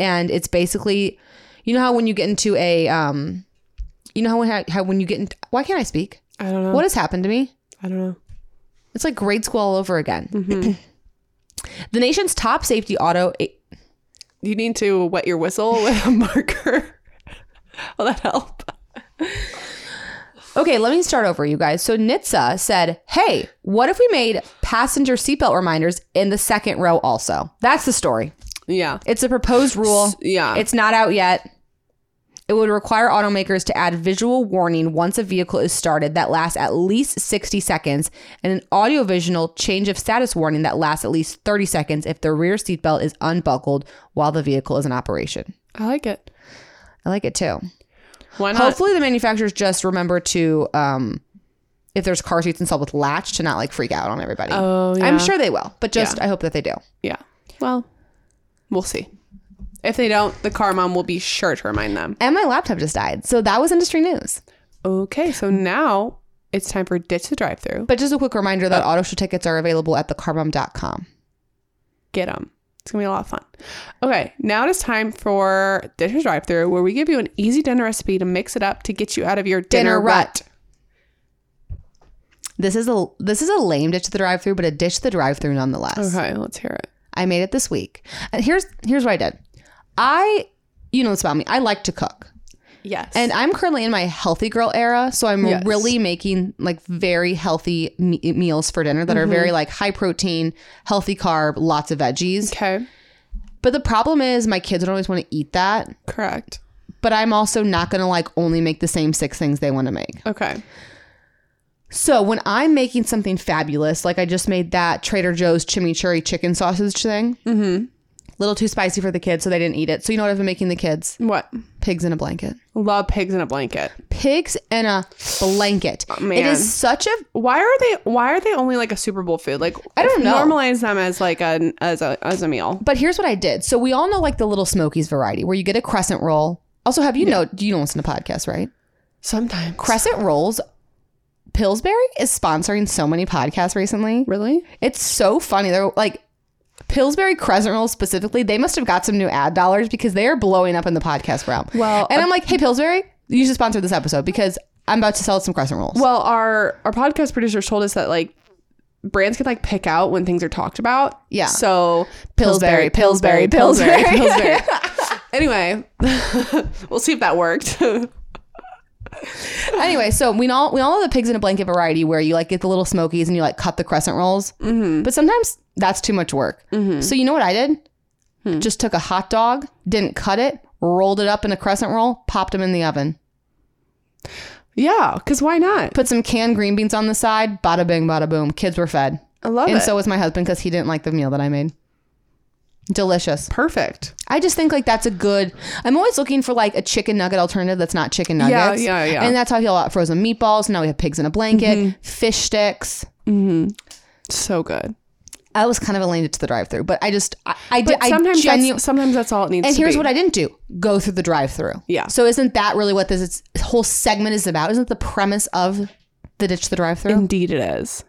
[SPEAKER 2] And it's basically, you know how when you get into a, um, you know how when, how when you get in, why can't I speak?
[SPEAKER 3] I don't know.
[SPEAKER 2] What has happened to me?
[SPEAKER 3] I don't know.
[SPEAKER 2] It's like grade school all over again. [CLEARS THROAT] the nation's top safety auto.
[SPEAKER 3] You need to wet your whistle with a [LAUGHS] marker. Will that help?
[SPEAKER 2] Okay, let me start over, you guys. So NHTSA said, "Hey, what if we made passenger seatbelt reminders in the second row? Also, that's the story.
[SPEAKER 3] Yeah.
[SPEAKER 2] It's a proposed rule.
[SPEAKER 3] yeah.
[SPEAKER 2] it's not out yet. It would require automakers to add visual warning once a vehicle is started that lasts at least 60 seconds and an audiovisual change of status warning that lasts at least 30 seconds if the rear seatbelt is unbuckled while the vehicle is in operation.
[SPEAKER 3] I like it.
[SPEAKER 2] I like it too.
[SPEAKER 3] Why not?
[SPEAKER 2] Hopefully, the manufacturers just remember to, um, if there's car seats installed with latch, to not like freak out on everybody.
[SPEAKER 3] Oh, yeah.
[SPEAKER 2] I'm sure they will, but just I hope that they do.
[SPEAKER 3] Yeah. Well, we'll see. If they don't, the car mom will be sure to remind them.
[SPEAKER 2] And my laptop just died, so that was industry news.
[SPEAKER 3] Okay, so now it's time for ditch the drive through.
[SPEAKER 2] But just a quick reminder
[SPEAKER 3] Uh,
[SPEAKER 2] that auto show tickets are available at thecarbomb.com.
[SPEAKER 3] Get them. It's gonna be a lot of fun. Okay, now it is time for ditch the drive through, where we give you an easy dinner recipe to mix it up to get you out of your dinner,
[SPEAKER 2] Dinner
[SPEAKER 3] rut.
[SPEAKER 2] rut. This is a this is a lame ditch the drive through, but a ditch the drive through nonetheless.
[SPEAKER 3] Okay, let's hear it.
[SPEAKER 2] I made it this week. And here's here's what I did. I you know this about me. I like to cook.
[SPEAKER 3] Yes.
[SPEAKER 2] And I'm currently in my healthy girl era, so I'm
[SPEAKER 3] Yes.
[SPEAKER 2] really making like very healthy me- meals for dinner that are very
[SPEAKER 3] Mm-hmm.
[SPEAKER 2] like high protein, healthy carb, lots of veggies.
[SPEAKER 3] okay,
[SPEAKER 2] But the problem is my kids don't always want to eat that,
[SPEAKER 3] correct.
[SPEAKER 2] but I'm also not going to like only make the same six things they want to make.
[SPEAKER 3] Okay.
[SPEAKER 2] So when I'm making something fabulous, like I just made that Trader Joe's chimichurri chicken sausage thing, mm-hmm. little too spicy for the kids, so they didn't eat it. So you know what I've been making the kids?
[SPEAKER 3] What?
[SPEAKER 2] Pigs in a blanket.
[SPEAKER 3] Love pigs in a blanket.
[SPEAKER 2] Pigs in a blanket. It
[SPEAKER 3] Oh, man.
[SPEAKER 2] is such a
[SPEAKER 3] Why are they? Why are they only like a Super Bowl food? Like
[SPEAKER 2] I don't know.
[SPEAKER 3] Normalize them as like a as a as a meal.
[SPEAKER 2] But here's what I did. So we all know like the little Smokies variety where you get a crescent roll. Also, have you know you don't listen to podcasts, right?
[SPEAKER 3] Sometimes.
[SPEAKER 2] Crescent rolls. Pillsbury is sponsoring so many podcasts recently.
[SPEAKER 3] Really?
[SPEAKER 2] It's so funny. They're like Pillsbury Crescent Rolls specifically. They must have got some new ad dollars because they are blowing up in the podcast realm.
[SPEAKER 3] Well, uh,
[SPEAKER 2] and I'm like, hey Pillsbury, you should sponsor this episode because I'm about to sell some Crescent Rolls.
[SPEAKER 3] Well, our our podcast producers told us that like brands can like pick out when things are talked about.
[SPEAKER 2] Yeah.
[SPEAKER 3] So
[SPEAKER 2] Pillsbury, Pillsbury, Pillsbury.
[SPEAKER 3] Pillsbury. [LAUGHS] anyway, [LAUGHS] we'll see if that worked. [LAUGHS]
[SPEAKER 2] anyway, so we all we all know the pigs in a blanket variety where you like get the little smokies and you like cut the crescent rolls. Mm-hmm. But sometimes that's too much work.
[SPEAKER 3] Mm-hmm.
[SPEAKER 2] So you know what I did?
[SPEAKER 3] Hmm.
[SPEAKER 2] Just took a hot dog, didn't cut it, rolled it up in a crescent roll, popped them in the oven,
[SPEAKER 3] yeah, because why not?
[SPEAKER 2] put some canned green beans on the side, bada bing, bada boom. Kids were fed.
[SPEAKER 3] I love
[SPEAKER 2] and
[SPEAKER 3] it.
[SPEAKER 2] so was my husband because he didn't like the meal that I made. Delicious.
[SPEAKER 3] Perfect.
[SPEAKER 2] I just think like that's a good. I'm always looking for like a chicken nugget alternative that's not chicken
[SPEAKER 3] Yeah,
[SPEAKER 2] nuggets.
[SPEAKER 3] yeah, Mm-hmm. yeah.
[SPEAKER 2] And that's how I feel about frozen meatballs. Now we have pigs in a blanket, fish sticks.
[SPEAKER 3] So good.
[SPEAKER 2] I was kind of elated to the drive-through, but I just I, I did.
[SPEAKER 3] But sometimes
[SPEAKER 2] I genu-
[SPEAKER 3] that's, sometimes that's all it needs.
[SPEAKER 2] and
[SPEAKER 3] to
[SPEAKER 2] here's
[SPEAKER 3] be.
[SPEAKER 2] what I didn't do: go through the drive-through.
[SPEAKER 3] Yeah.
[SPEAKER 2] So isn't that really what this, is- this whole segment is about? Isn't the premise of the ditch the drive-through?
[SPEAKER 3] Indeed, it is.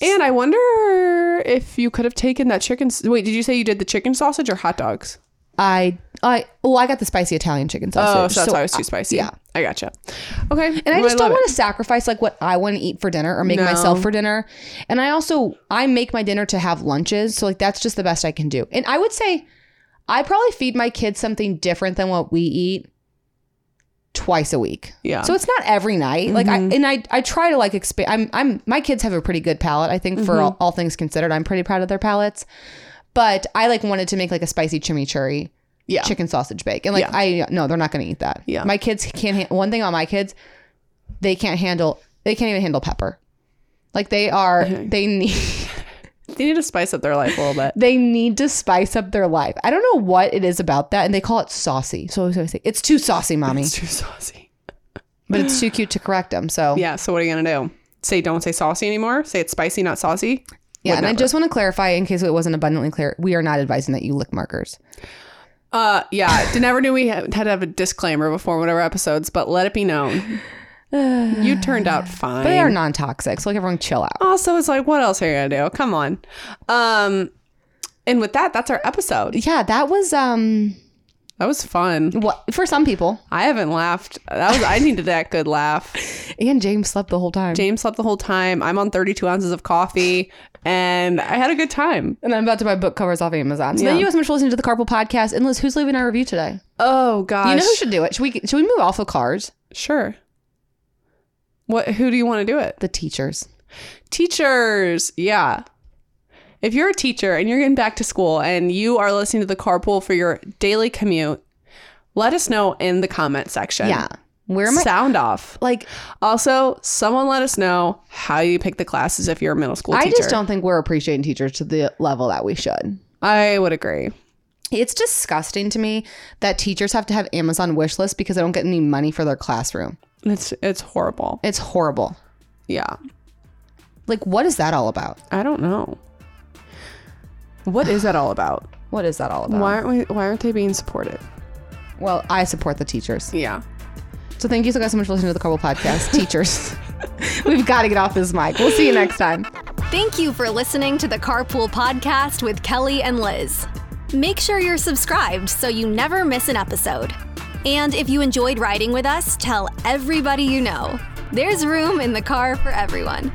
[SPEAKER 3] And I wonder if you could have taken that chicken. s- Wait, did you say you did the chicken sausage or hot dogs?
[SPEAKER 2] I I well, I got the spicy Italian chicken
[SPEAKER 3] Oh,
[SPEAKER 2] sausage.
[SPEAKER 3] so that's
[SPEAKER 2] so
[SPEAKER 3] why it was too spicy.
[SPEAKER 2] yeah.
[SPEAKER 3] I gotcha. Okay.
[SPEAKER 2] And I just don't want
[SPEAKER 3] to.
[SPEAKER 2] to sacrifice like what I want to eat for dinner or make
[SPEAKER 3] No.
[SPEAKER 2] myself for dinner. And I also I make my dinner to have lunches, so like that's just the best I can do. And I would say I probably feed my kids something different than what we eat twice a week.
[SPEAKER 3] Yeah. Mm-hmm.
[SPEAKER 2] So it's not every night. Like I and I I try to like expand I'm I'm my kids have a pretty good palate, I think
[SPEAKER 3] Mm-hmm.
[SPEAKER 2] for all, all things considered. I'm pretty proud of their palates. But I like wanted to make like a spicy chimichurri
[SPEAKER 3] Yeah.
[SPEAKER 2] chicken sausage bake. And like I no, they're not going to eat that.
[SPEAKER 3] Yeah.
[SPEAKER 2] My kids can't ha- one thing on my kids, they can't handle they can't even handle pepper. Like they are they need [LAUGHS]
[SPEAKER 3] They need to spice up their life a little bit.
[SPEAKER 2] they need to spice up their life. I don't know what it is about that and they call it saucy. So I always say it's too saucy, mommy.
[SPEAKER 3] [LAUGHS] It's too saucy.
[SPEAKER 2] but it's too cute to correct them. So
[SPEAKER 3] Yeah. So what are you gonna do? Say don't say saucy anymore. Say it's spicy, not saucy.
[SPEAKER 2] Yeah, and I just want to clarify in case it wasn't abundantly clear, we are not advising that you lick markers.
[SPEAKER 3] [LAUGHS] [SIGHS] Uh, yeah. I never knew we had had to have a disclaimer before whatever episodes, but let it be known. you turned out fine.
[SPEAKER 2] They are non toxic. So, like, everyone chill out.
[SPEAKER 3] also, it's like, what else are you gonna do? Come on. Um, and with that, that's our episode.
[SPEAKER 2] Yeah, that was, um,
[SPEAKER 3] That was fun.
[SPEAKER 2] what for some people.
[SPEAKER 3] I haven't laughed. That was I [LAUGHS] needed that good laugh.
[SPEAKER 2] And James slept the whole time.
[SPEAKER 3] James slept the whole time. I'm on 32 ounces of coffee, and I had a good time.
[SPEAKER 2] And I'm about to buy book covers off Amazon. So, thank you guys so much for listening to the Carpool Podcast. And Liz, who's leaving our review today?
[SPEAKER 3] Oh gosh.
[SPEAKER 2] You know who should do it? Should we, should we move off of cars?
[SPEAKER 3] sure. What? Who do you want to do it?
[SPEAKER 2] The teachers.
[SPEAKER 3] Teachers, yeah. If you're a teacher and you're getting back to school and you are listening to the carpool for your daily commute, let us know in the comment section.
[SPEAKER 2] Yeah. Where am I?
[SPEAKER 3] Sound off.
[SPEAKER 2] Like,
[SPEAKER 3] Also, someone let us know how you pick the classes if you're a middle school
[SPEAKER 2] I
[SPEAKER 3] teacher.
[SPEAKER 2] just don't think we're appreciating teachers to the level that we should.
[SPEAKER 3] I would agree.
[SPEAKER 2] It's disgusting to me that teachers have to have Amazon wish lists because they don't get any money for their classroom.
[SPEAKER 3] It's it's horrible.
[SPEAKER 2] It's horrible.
[SPEAKER 3] Yeah.
[SPEAKER 2] Like, what is that all about?
[SPEAKER 3] I don't know. What is that all about? Um,
[SPEAKER 2] What is that all about?
[SPEAKER 3] Why aren't we why aren't they being supported?
[SPEAKER 2] Well, I support the teachers.
[SPEAKER 3] Yeah.
[SPEAKER 2] So thank you so guys so much for listening to the Carvel Podcast. teachers, [LAUGHS] we've got to get off this mic. We'll see you next time.
[SPEAKER 1] Thank you for listening to the Carpool Podcast with Kelly and Liz. Make sure you're subscribed so you never miss an episode. And if you enjoyed riding with us, tell everybody you know. There's room in the car for everyone.